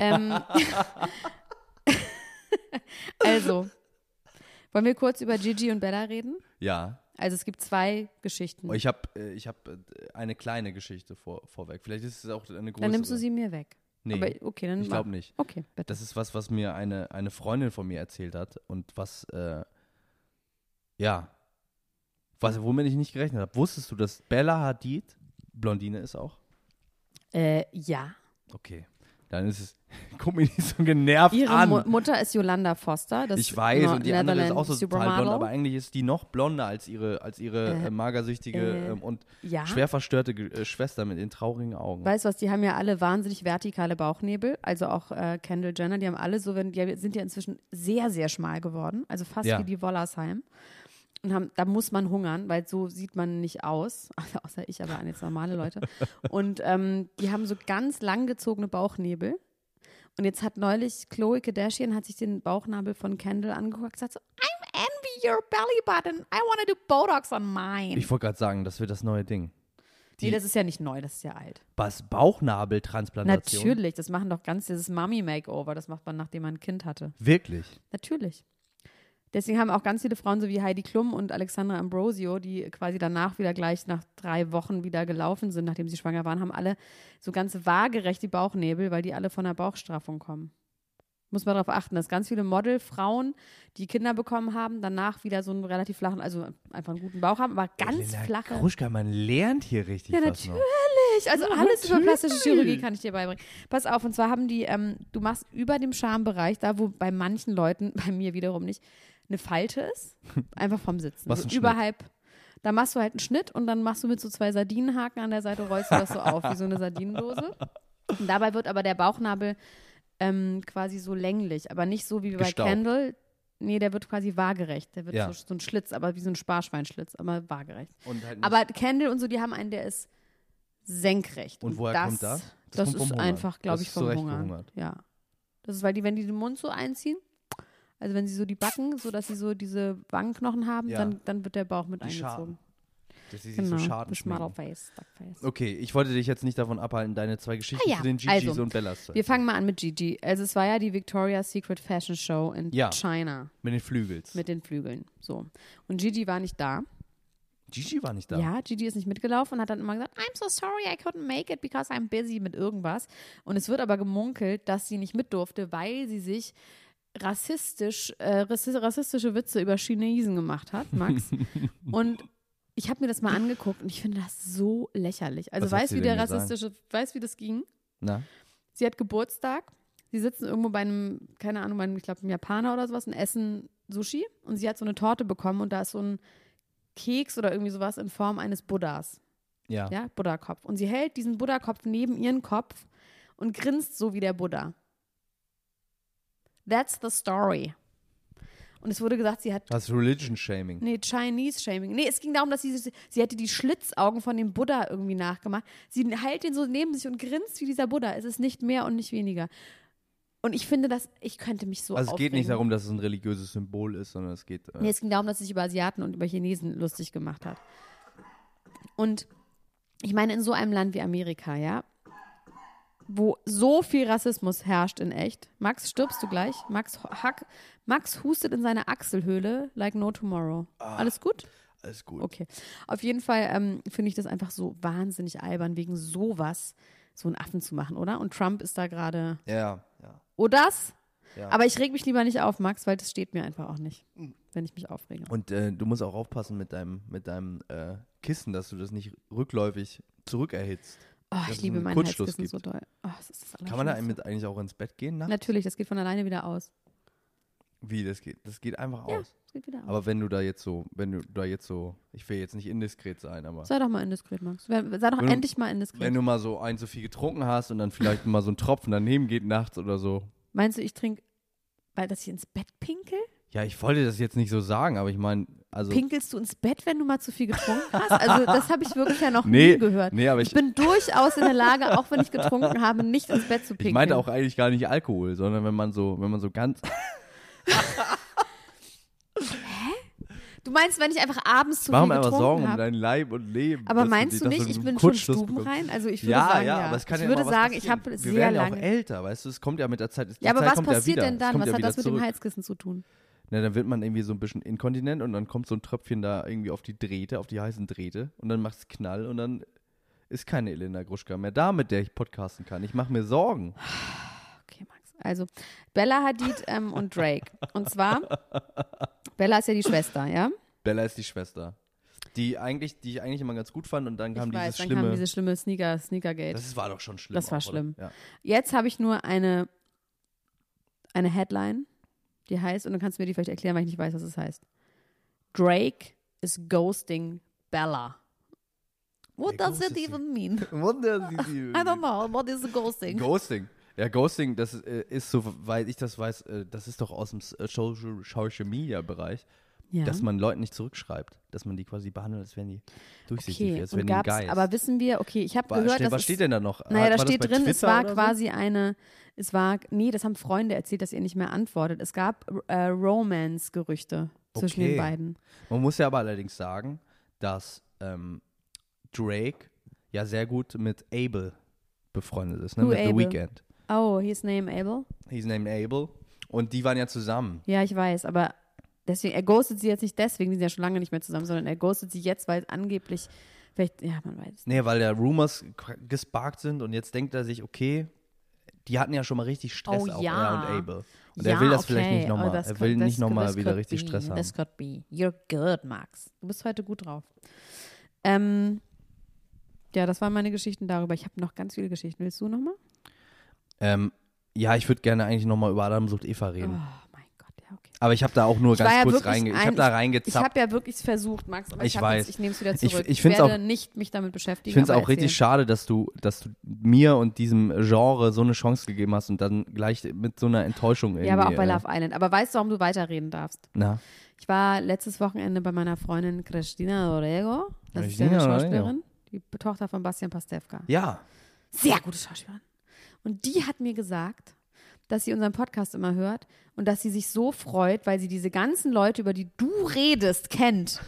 [SPEAKER 1] ähm, also, wollen wir kurz über Gigi und Bella reden?
[SPEAKER 3] Ja.
[SPEAKER 1] Also es gibt zwei Geschichten.
[SPEAKER 3] Ich habe äh, ich hab, äh, eine kleine Geschichte vor, vorweg. Vielleicht ist es auch eine große.
[SPEAKER 1] dann nimmst du sie mir weg.
[SPEAKER 3] Nee.
[SPEAKER 1] Aber okay, dann
[SPEAKER 3] Ich
[SPEAKER 1] mach.
[SPEAKER 3] glaube nicht.
[SPEAKER 1] Okay, bitte.
[SPEAKER 3] Das ist was, was mir eine, eine Freundin von mir erzählt hat und was, äh, ja, was, womit ich nicht gerechnet habe. Wusstest du, dass Bella Hadid Blondine ist auch?
[SPEAKER 1] Äh, ja.
[SPEAKER 3] Okay. Dann ist es, guck mich nicht so genervt
[SPEAKER 1] Ihre
[SPEAKER 3] an.
[SPEAKER 1] Mu Mutter ist Yolanda Foster. Das
[SPEAKER 3] ich weiß,
[SPEAKER 1] Nor-
[SPEAKER 3] und die andere ist auch so total
[SPEAKER 1] Supermodel.
[SPEAKER 3] blond, aber eigentlich ist die noch blonder als ihre, als ihre äh, magersüchtige
[SPEAKER 1] äh,
[SPEAKER 3] ähm, und
[SPEAKER 1] ja.
[SPEAKER 3] schwer verstörte Ge- äh, Schwester mit den traurigen Augen.
[SPEAKER 1] Weißt du was, die haben ja alle wahnsinnig vertikale Bauchnebel, also auch äh, Kendall Jenner, die haben alle so, wenn- die sind ja inzwischen sehr, sehr schmal geworden, also fast
[SPEAKER 3] Ja.
[SPEAKER 1] wie die Wollersheim. Und haben, da muss man hungern, weil so sieht man nicht aus, also außer ich, aber an jetzt normale Leute. Und ähm, die haben so ganz langgezogene Bauchnebel. Und jetzt hat neulich Chloe Kardashian hat sich den Bauchnabel von Kendall angeguckt und gesagt so, I'm envy your belly button, I wanna do Botox on mine.
[SPEAKER 3] ich wollte gerade sagen, das wird das neue Ding.
[SPEAKER 1] nee, das ist ja nicht neu, das ist ja alt.
[SPEAKER 3] Was? Bauchnabeltransplantation?
[SPEAKER 1] Natürlich, das machen doch ganz dieses Mummy Makeover, das macht man nachdem man ein Kind hatte.
[SPEAKER 3] Wirklich?
[SPEAKER 1] Natürlich. Deswegen haben auch ganz viele Frauen, so wie Heidi Klum und Alexandra Ambrosio, die quasi danach wieder gleich nach drei Wochen wieder gelaufen sind, nachdem sie schwanger waren, haben alle so ganz waagerecht die Bauchnebel, weil die alle von der Bauchstraffung kommen. Muss man darauf achten, dass ganz viele Modelfrauen, die Kinder bekommen haben, danach wieder so einen relativ flachen, also einfach einen guten Bauch haben, aber ganz
[SPEAKER 3] Elena
[SPEAKER 1] flache.
[SPEAKER 3] Gruschka, man lernt hier richtig
[SPEAKER 1] Ja,
[SPEAKER 3] was noch.
[SPEAKER 1] Ich, also alles über plastische Chirurgie kann ich dir beibringen. Pass auf, und zwar haben die, ähm, du machst über dem Schambereich, da wo bei manchen Leuten, bei mir wiederum nicht, eine Falte ist, einfach vom Sitzen.
[SPEAKER 3] Was
[SPEAKER 1] so
[SPEAKER 3] ein Schnitt.
[SPEAKER 1] überhalb. Da machst du halt einen Schnitt und dann machst du mit so zwei Sardinenhaken an der Seite, rollst du das so auf, wie so eine Sardinendose. Und dabei wird aber der Bauchnabel ähm, quasi so länglich, aber nicht so wie bei
[SPEAKER 3] Gestaucht.
[SPEAKER 1] Candle. Nee, der wird quasi waagerecht. Der wird
[SPEAKER 3] Ja.
[SPEAKER 1] so, so ein Schlitz, aber wie so ein Sparschweinschlitz, aber waagerecht.
[SPEAKER 3] Und halt nicht-
[SPEAKER 1] Aber Kendall und so, die haben einen, der ist senkrecht.
[SPEAKER 3] Und woher
[SPEAKER 1] das,
[SPEAKER 3] kommt das? Das
[SPEAKER 1] Das,
[SPEAKER 3] kommt vom
[SPEAKER 1] ist
[SPEAKER 3] Hungern.
[SPEAKER 1] einfach,
[SPEAKER 3] Das
[SPEAKER 1] glaube ich,
[SPEAKER 3] ist zu
[SPEAKER 1] vom
[SPEAKER 3] Recht
[SPEAKER 1] Hungern.
[SPEAKER 3] gehungert.
[SPEAKER 1] Ja. Das ist, weil die, wenn die den Mund so einziehen, also wenn sie so die backen, so dass sie so diese Wangenknochen haben,
[SPEAKER 3] Ja.
[SPEAKER 1] dann, dann wird der Bauch mit
[SPEAKER 3] Die Schaden.
[SPEAKER 1] eingezogen.
[SPEAKER 3] dass sie sich
[SPEAKER 1] Genau.
[SPEAKER 3] so Schaden
[SPEAKER 1] Schmaler
[SPEAKER 3] schmecken.
[SPEAKER 1] Face, duck face.
[SPEAKER 3] Okay, ich wollte dich jetzt nicht davon abhalten, deine zwei Geschichten
[SPEAKER 1] Ah ja,
[SPEAKER 3] zu den Gigi's
[SPEAKER 1] also,
[SPEAKER 3] und Bellas zu
[SPEAKER 1] Wir fangen mal an mit Gigi. Also es war ja die Victoria's Secret Fashion Show in
[SPEAKER 3] Ja.
[SPEAKER 1] China
[SPEAKER 3] Mit den Flügels.
[SPEAKER 1] mit den Flügeln. So. Und Gigi war nicht da.
[SPEAKER 3] Gigi war nicht da.
[SPEAKER 1] Ja, Gigi ist nicht mitgelaufen und hat dann immer gesagt, I'm so sorry, I couldn't make it because I'm busy mit irgendwas. Und es wird aber gemunkelt, dass sie nicht mit durfte, weil sie sich rassistisch, äh, rassi- rassistische Witze über Chinesen gemacht hat, Max. und ich habe mir das mal angeguckt und ich finde das so lächerlich. Also
[SPEAKER 3] Was hat
[SPEAKER 1] weißt
[SPEAKER 3] sie
[SPEAKER 1] du, wie
[SPEAKER 3] denn
[SPEAKER 1] der
[SPEAKER 3] gesagt?
[SPEAKER 1] rassistische, weißt wie das ging?
[SPEAKER 3] Na?
[SPEAKER 1] Sie hat Geburtstag. Sie sitzen irgendwo bei einem, keine Ahnung, bei einem, ich glaube, einem Japaner oder sowas und essen Sushi. Und sie hat so eine Torte bekommen und da ist so ein Keks oder irgendwie sowas in Form eines Buddhas.
[SPEAKER 3] Ja.
[SPEAKER 1] Ja, Buddha-Kopf. Und sie hält diesen Buddha-Kopf neben ihren Kopf und grinst so wie der Buddha. That's the story. Und es wurde gesagt, sie hat
[SPEAKER 3] Das Religion Shaming.
[SPEAKER 1] Nee, Chinese Shaming. Nee, es ging darum, dass sie, sie hätte die Schlitzaugen von dem Buddha irgendwie nachgemacht. Sie hält den so neben sich und grinst wie dieser Buddha. Es ist nicht mehr und nicht weniger. Und ich finde das, ich könnte mich so
[SPEAKER 3] also es geht
[SPEAKER 1] aufregen.
[SPEAKER 3] nicht darum, dass es ein religiöses Symbol ist, sondern es geht. Äh,
[SPEAKER 1] Nee, es ging darum, dass sie sich über Asiaten und über Chinesen lustig gemacht hat. Und ich meine, in so einem Land wie Amerika, ja, wo so viel Rassismus herrscht in echt. Max, stirbst du gleich? Max, hack, Max hustet in seine Achselhöhle like no tomorrow. Alles gut?
[SPEAKER 3] alles gut.
[SPEAKER 1] Okay. Auf jeden Fall ähm, finde ich das einfach so wahnsinnig albern, wegen sowas so einen Affen zu machen, oder? Und Trump ist da gerade.
[SPEAKER 3] Ja, ja.
[SPEAKER 1] Oh, das?
[SPEAKER 3] Ja.
[SPEAKER 1] Aber ich reg mich lieber nicht auf, Max, weil das steht mir einfach auch nicht, wenn ich mich aufrege.
[SPEAKER 3] Hm. Und äh, du musst auch aufpassen mit deinem, mit deinem äh, Kissen, dass du das nicht rückläufig zurückerhitzt.
[SPEAKER 1] Oh,
[SPEAKER 3] dass
[SPEAKER 1] ich
[SPEAKER 3] es
[SPEAKER 1] liebe
[SPEAKER 3] einen
[SPEAKER 1] meinen
[SPEAKER 3] Kurzschluss
[SPEAKER 1] Heizkissen so
[SPEAKER 3] gibt.
[SPEAKER 1] doll. Oh, das ist das
[SPEAKER 3] Kann man da
[SPEAKER 1] Allerschlimmste.
[SPEAKER 3] mit eigentlich auch ins Bett gehen? Na?
[SPEAKER 1] Natürlich, das geht von alleine wieder aus.
[SPEAKER 3] Wie, das geht, das geht einfach
[SPEAKER 1] Ja,
[SPEAKER 3] aus.
[SPEAKER 1] das geht wieder aus.
[SPEAKER 3] Aber wenn du da jetzt so, wenn du da jetzt so, ich will jetzt nicht indiskret sein, aber
[SPEAKER 1] Sei doch mal indiskret, Max. Wer- Sei doch
[SPEAKER 3] Wenn du-
[SPEAKER 1] endlich mal indiskret.
[SPEAKER 3] wenn du mal so ein zu viel getrunken hast und dann vielleicht mal so ein Tropfen daneben geht nachts oder so.
[SPEAKER 1] Meinst du, ich trinke, weil dass ich ins Bett pinkel?
[SPEAKER 3] Ja, ich wollte das jetzt nicht so sagen, aber ich meine, also.
[SPEAKER 1] Pinkelst du ins Bett, wenn du mal zu viel getrunken hast? Also das habe ich wirklich ja noch
[SPEAKER 3] Nee,
[SPEAKER 1] nie gehört.
[SPEAKER 3] nee, aber
[SPEAKER 1] ich,
[SPEAKER 3] ich-
[SPEAKER 1] bin durchaus in der Lage, auch wenn ich getrunken habe, nicht ins Bett zu pinkeln.
[SPEAKER 3] Ich meinte auch eigentlich gar nicht Alkohol, sondern wenn man so, wenn man so ganz.
[SPEAKER 1] Du meinst, wenn ich einfach abends zu
[SPEAKER 3] Mach
[SPEAKER 1] viel
[SPEAKER 3] mir aber
[SPEAKER 1] getrunken
[SPEAKER 3] Sorgen um
[SPEAKER 1] habe?
[SPEAKER 3] dein Leib und Leben.
[SPEAKER 1] Aber
[SPEAKER 3] dass
[SPEAKER 1] meinst
[SPEAKER 3] die-
[SPEAKER 1] du
[SPEAKER 3] dass
[SPEAKER 1] nicht,
[SPEAKER 3] einen
[SPEAKER 1] ich bin schon
[SPEAKER 3] Kurzschluss
[SPEAKER 1] stubenrein?
[SPEAKER 3] bekommst.
[SPEAKER 1] Also ich würde
[SPEAKER 3] ja,
[SPEAKER 1] sagen,
[SPEAKER 3] ja,
[SPEAKER 1] ja.
[SPEAKER 3] aber es kann
[SPEAKER 1] ich
[SPEAKER 3] ja
[SPEAKER 1] würde
[SPEAKER 3] immer was
[SPEAKER 1] sagen, ich
[SPEAKER 3] passieren.
[SPEAKER 1] habe
[SPEAKER 3] Wir
[SPEAKER 1] sehr
[SPEAKER 3] werden ja auch
[SPEAKER 1] lange.
[SPEAKER 3] älter, weißt du, es kommt ja mit der Zeit. Die
[SPEAKER 1] Ja, aber
[SPEAKER 3] Zeit
[SPEAKER 1] was
[SPEAKER 3] kommt ja
[SPEAKER 1] passiert
[SPEAKER 3] wieder.
[SPEAKER 1] denn
[SPEAKER 3] Es
[SPEAKER 1] dann?
[SPEAKER 3] kommt
[SPEAKER 1] Was
[SPEAKER 3] ja
[SPEAKER 1] hat
[SPEAKER 3] wieder
[SPEAKER 1] das mit
[SPEAKER 3] zurück.
[SPEAKER 1] dem Heizkissen zu tun?
[SPEAKER 3] Na, dann wird man irgendwie so ein bisschen inkontinent und dann kommt so ein Tröpfchen da irgendwie auf die Drähte, auf die heißen Drähte und dann macht's Knall und dann ist keine Elena Gruschka mehr da, mit der ich podcasten kann. Ich mache mir Sorgen.
[SPEAKER 1] Okay, Max. Also Bella Hadid ähm, und Drake. Und zwar, Bella ist ja die Schwester, ja?
[SPEAKER 3] Bella ist die Schwester, die eigentlich, die ich eigentlich immer ganz gut fand und dann kam
[SPEAKER 1] ich weiß,
[SPEAKER 3] dieses
[SPEAKER 1] dann
[SPEAKER 3] schlimme.
[SPEAKER 1] kam diese schlimme Sneaker, Sneakergate.
[SPEAKER 3] das war doch schon schlimm.
[SPEAKER 1] Das war
[SPEAKER 3] auch, oder?
[SPEAKER 1] schlimm.
[SPEAKER 3] Ja.
[SPEAKER 1] Jetzt habe ich nur eine, eine Headline, die heißt, und dann kannst du mir die vielleicht erklären, weil ich nicht weiß, was es heißt. Drake is ghosting Bella. What
[SPEAKER 3] Der
[SPEAKER 1] does it
[SPEAKER 3] ghostet sie.
[SPEAKER 1] even mean?
[SPEAKER 3] Wunder, sie, sie,
[SPEAKER 1] I don't know. What is ghosting?
[SPEAKER 3] Ghosting. Ja, Ghosting, das äh, ist, soweit ich das weiß, äh, das ist doch aus dem S- äh, Social, Social Media Bereich,
[SPEAKER 1] ja.
[SPEAKER 3] dass man Leuten nicht zurückschreibt, dass man die quasi behandelt, als wären die durchsichtig,
[SPEAKER 1] okay.
[SPEAKER 3] als
[SPEAKER 1] Und
[SPEAKER 3] wären die ein
[SPEAKER 1] gab's,
[SPEAKER 3] Geist.
[SPEAKER 1] aber wissen wir, okay, ich habe
[SPEAKER 3] War-
[SPEAKER 1] gehört,
[SPEAKER 3] stell-
[SPEAKER 1] dass
[SPEAKER 3] was
[SPEAKER 1] es-
[SPEAKER 3] steht denn da noch?
[SPEAKER 1] Naja,
[SPEAKER 3] Hat-
[SPEAKER 1] da
[SPEAKER 3] war das
[SPEAKER 1] steht
[SPEAKER 3] bei
[SPEAKER 1] drin, es
[SPEAKER 3] Twitter
[SPEAKER 1] war
[SPEAKER 3] oder so?
[SPEAKER 1] quasi eine, es war, nee, das haben Freunde erzählt, dass ihr nicht mehr antwortet. Es gab äh, Romance-Gerüchte zwischen
[SPEAKER 3] Okay.
[SPEAKER 1] den beiden.
[SPEAKER 3] Man muss ja aber allerdings sagen, dass ähm, Drake ja sehr gut mit Abel befreundet ist, ne?
[SPEAKER 1] Who
[SPEAKER 3] mit The
[SPEAKER 1] Abel?
[SPEAKER 3] Weeknd.
[SPEAKER 1] Oh, his name Abel?
[SPEAKER 3] He's named Abel. Und die waren ja zusammen.
[SPEAKER 1] Ja, ich weiß, aber deswegen, er ghostet sie jetzt nicht deswegen, die sind ja schon lange nicht mehr zusammen, sondern er ghostet sie jetzt, weil angeblich, vielleicht, ja, man weiß. es nicht.
[SPEAKER 3] Nee, weil da Rumors k- gesparkt sind und jetzt denkt er sich, okay, die hatten ja schon mal richtig Stress,
[SPEAKER 1] Oh
[SPEAKER 3] auch
[SPEAKER 1] ja.
[SPEAKER 3] er und Abel. Und
[SPEAKER 1] Ja,
[SPEAKER 3] er will das vielleicht
[SPEAKER 1] okay.
[SPEAKER 3] nicht
[SPEAKER 1] Oh,
[SPEAKER 3] nochmal.
[SPEAKER 1] das
[SPEAKER 3] er
[SPEAKER 1] could-
[SPEAKER 3] will
[SPEAKER 1] das
[SPEAKER 3] nicht nochmal
[SPEAKER 1] could-
[SPEAKER 3] wieder
[SPEAKER 1] could
[SPEAKER 3] richtig
[SPEAKER 1] be.
[SPEAKER 3] Stress haben.
[SPEAKER 1] Das could be. You're good, Max. Du bist heute gut drauf. Ähm, ja, das waren meine Geschichten darüber. Ich habe noch ganz viele Geschichten. Willst du nochmal?
[SPEAKER 3] Ähm, ja, ich würde gerne eigentlich nochmal über Adam sucht Eva
[SPEAKER 1] Oh
[SPEAKER 3] reden.
[SPEAKER 1] mein Gott, ja, okay.
[SPEAKER 3] Aber ich habe da auch nur
[SPEAKER 1] war
[SPEAKER 3] ganz
[SPEAKER 1] ja
[SPEAKER 3] Ähm, kurz
[SPEAKER 1] wirklich
[SPEAKER 3] reinge. Ich
[SPEAKER 1] ein-
[SPEAKER 3] habe da
[SPEAKER 1] Ich
[SPEAKER 3] reingezappt.
[SPEAKER 1] habe ja wirklich versucht, Max, aber ich,
[SPEAKER 3] Ich
[SPEAKER 1] hab
[SPEAKER 3] weiß.
[SPEAKER 1] Jetzt, ich nehme es wieder
[SPEAKER 3] Ich-
[SPEAKER 1] zurück.
[SPEAKER 3] ich find's
[SPEAKER 1] werde
[SPEAKER 3] auch-
[SPEAKER 1] nicht mich damit beschäftigen.
[SPEAKER 3] Ich finde es
[SPEAKER 1] aber
[SPEAKER 3] auch richtig
[SPEAKER 1] erzählen.
[SPEAKER 3] schade, dass du, dass du mir und diesem Genre so eine Chance gegeben hast und dann gleich mit so einer Enttäuschung irgendwie.
[SPEAKER 1] Ja, aber auch bei
[SPEAKER 3] äh,
[SPEAKER 1] Love Island. Aber weißt du, warum du weiterreden darfst?
[SPEAKER 3] Na,
[SPEAKER 1] Ich war letztes Wochenende bei meiner Freundin Cristina Dorego. Das ist ja eine
[SPEAKER 3] Christina Dorrego.
[SPEAKER 1] Schauspielerin. Die Tochter von Bastian Pastewka.
[SPEAKER 3] ja.
[SPEAKER 1] Sehr gute Schauspielerin. Und die hat mir gesagt, dass sie unseren Podcast immer hört und dass sie sich so freut, weil sie diese ganzen Leute, über die du redest, kennt.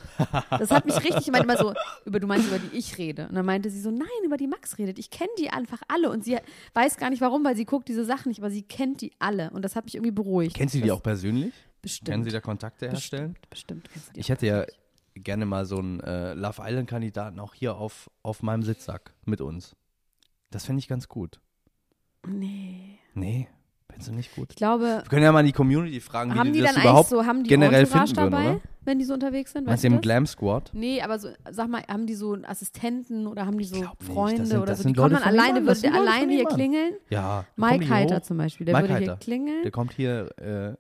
[SPEAKER 1] Das hat mich richtig, ich meinte immer so, über du meinst, über die ich rede. Und dann meinte sie so, nein, über die Max redet. Ich kenne die einfach alle. Und sie weiß gar nicht warum, weil sie guckt diese Sachen nicht, aber sie kennt die alle. Und das hat mich irgendwie beruhigt.
[SPEAKER 3] Kennst du die auch persönlich? Können
[SPEAKER 1] Bestimmt.
[SPEAKER 3] sie da Kontakte herstellen?
[SPEAKER 1] Bestimmt, bestimmt kennst du die
[SPEAKER 3] Ich hätte ja gerne mal so einen äh, Love Island-Kandidaten auch hier auf, auf meinem Sitzsack mit uns. Das fände ich ganz gut.
[SPEAKER 1] Nee.
[SPEAKER 3] Nee, findest du nicht gut?
[SPEAKER 1] Ich glaube,
[SPEAKER 3] Wir können ja mal die Community fragen, wie
[SPEAKER 1] haben
[SPEAKER 3] die,
[SPEAKER 1] die
[SPEAKER 3] das
[SPEAKER 1] dann eigentlich
[SPEAKER 3] überhaupt
[SPEAKER 1] so, haben die
[SPEAKER 3] generell
[SPEAKER 1] Entourage
[SPEAKER 3] finden
[SPEAKER 1] dabei,
[SPEAKER 3] würden, oder?
[SPEAKER 1] wenn die so unterwegs sind? Weißt
[SPEAKER 3] Meinst du
[SPEAKER 1] du
[SPEAKER 3] im
[SPEAKER 1] das?
[SPEAKER 3] Glam Squad?
[SPEAKER 1] Nee, aber so, sag mal, haben die so Assistenten oder haben die so
[SPEAKER 3] glaub nicht. Das
[SPEAKER 1] Freunde
[SPEAKER 3] sind-
[SPEAKER 1] oder
[SPEAKER 3] das
[SPEAKER 1] so?
[SPEAKER 3] sind
[SPEAKER 1] Die kommen
[SPEAKER 3] Leute
[SPEAKER 1] dann
[SPEAKER 3] von
[SPEAKER 1] alleine,
[SPEAKER 3] Iman, das
[SPEAKER 1] würde der
[SPEAKER 3] sind Leute von
[SPEAKER 1] alleine hier
[SPEAKER 3] Iman.
[SPEAKER 1] klingeln?
[SPEAKER 3] Ja. dann kommen
[SPEAKER 1] Mike
[SPEAKER 3] die hier
[SPEAKER 1] Heiter
[SPEAKER 3] hoch.
[SPEAKER 1] zum Beispiel, der
[SPEAKER 3] Mike
[SPEAKER 1] würde hier
[SPEAKER 3] Heiter.
[SPEAKER 1] klingeln.
[SPEAKER 3] Der kommt hier, äh,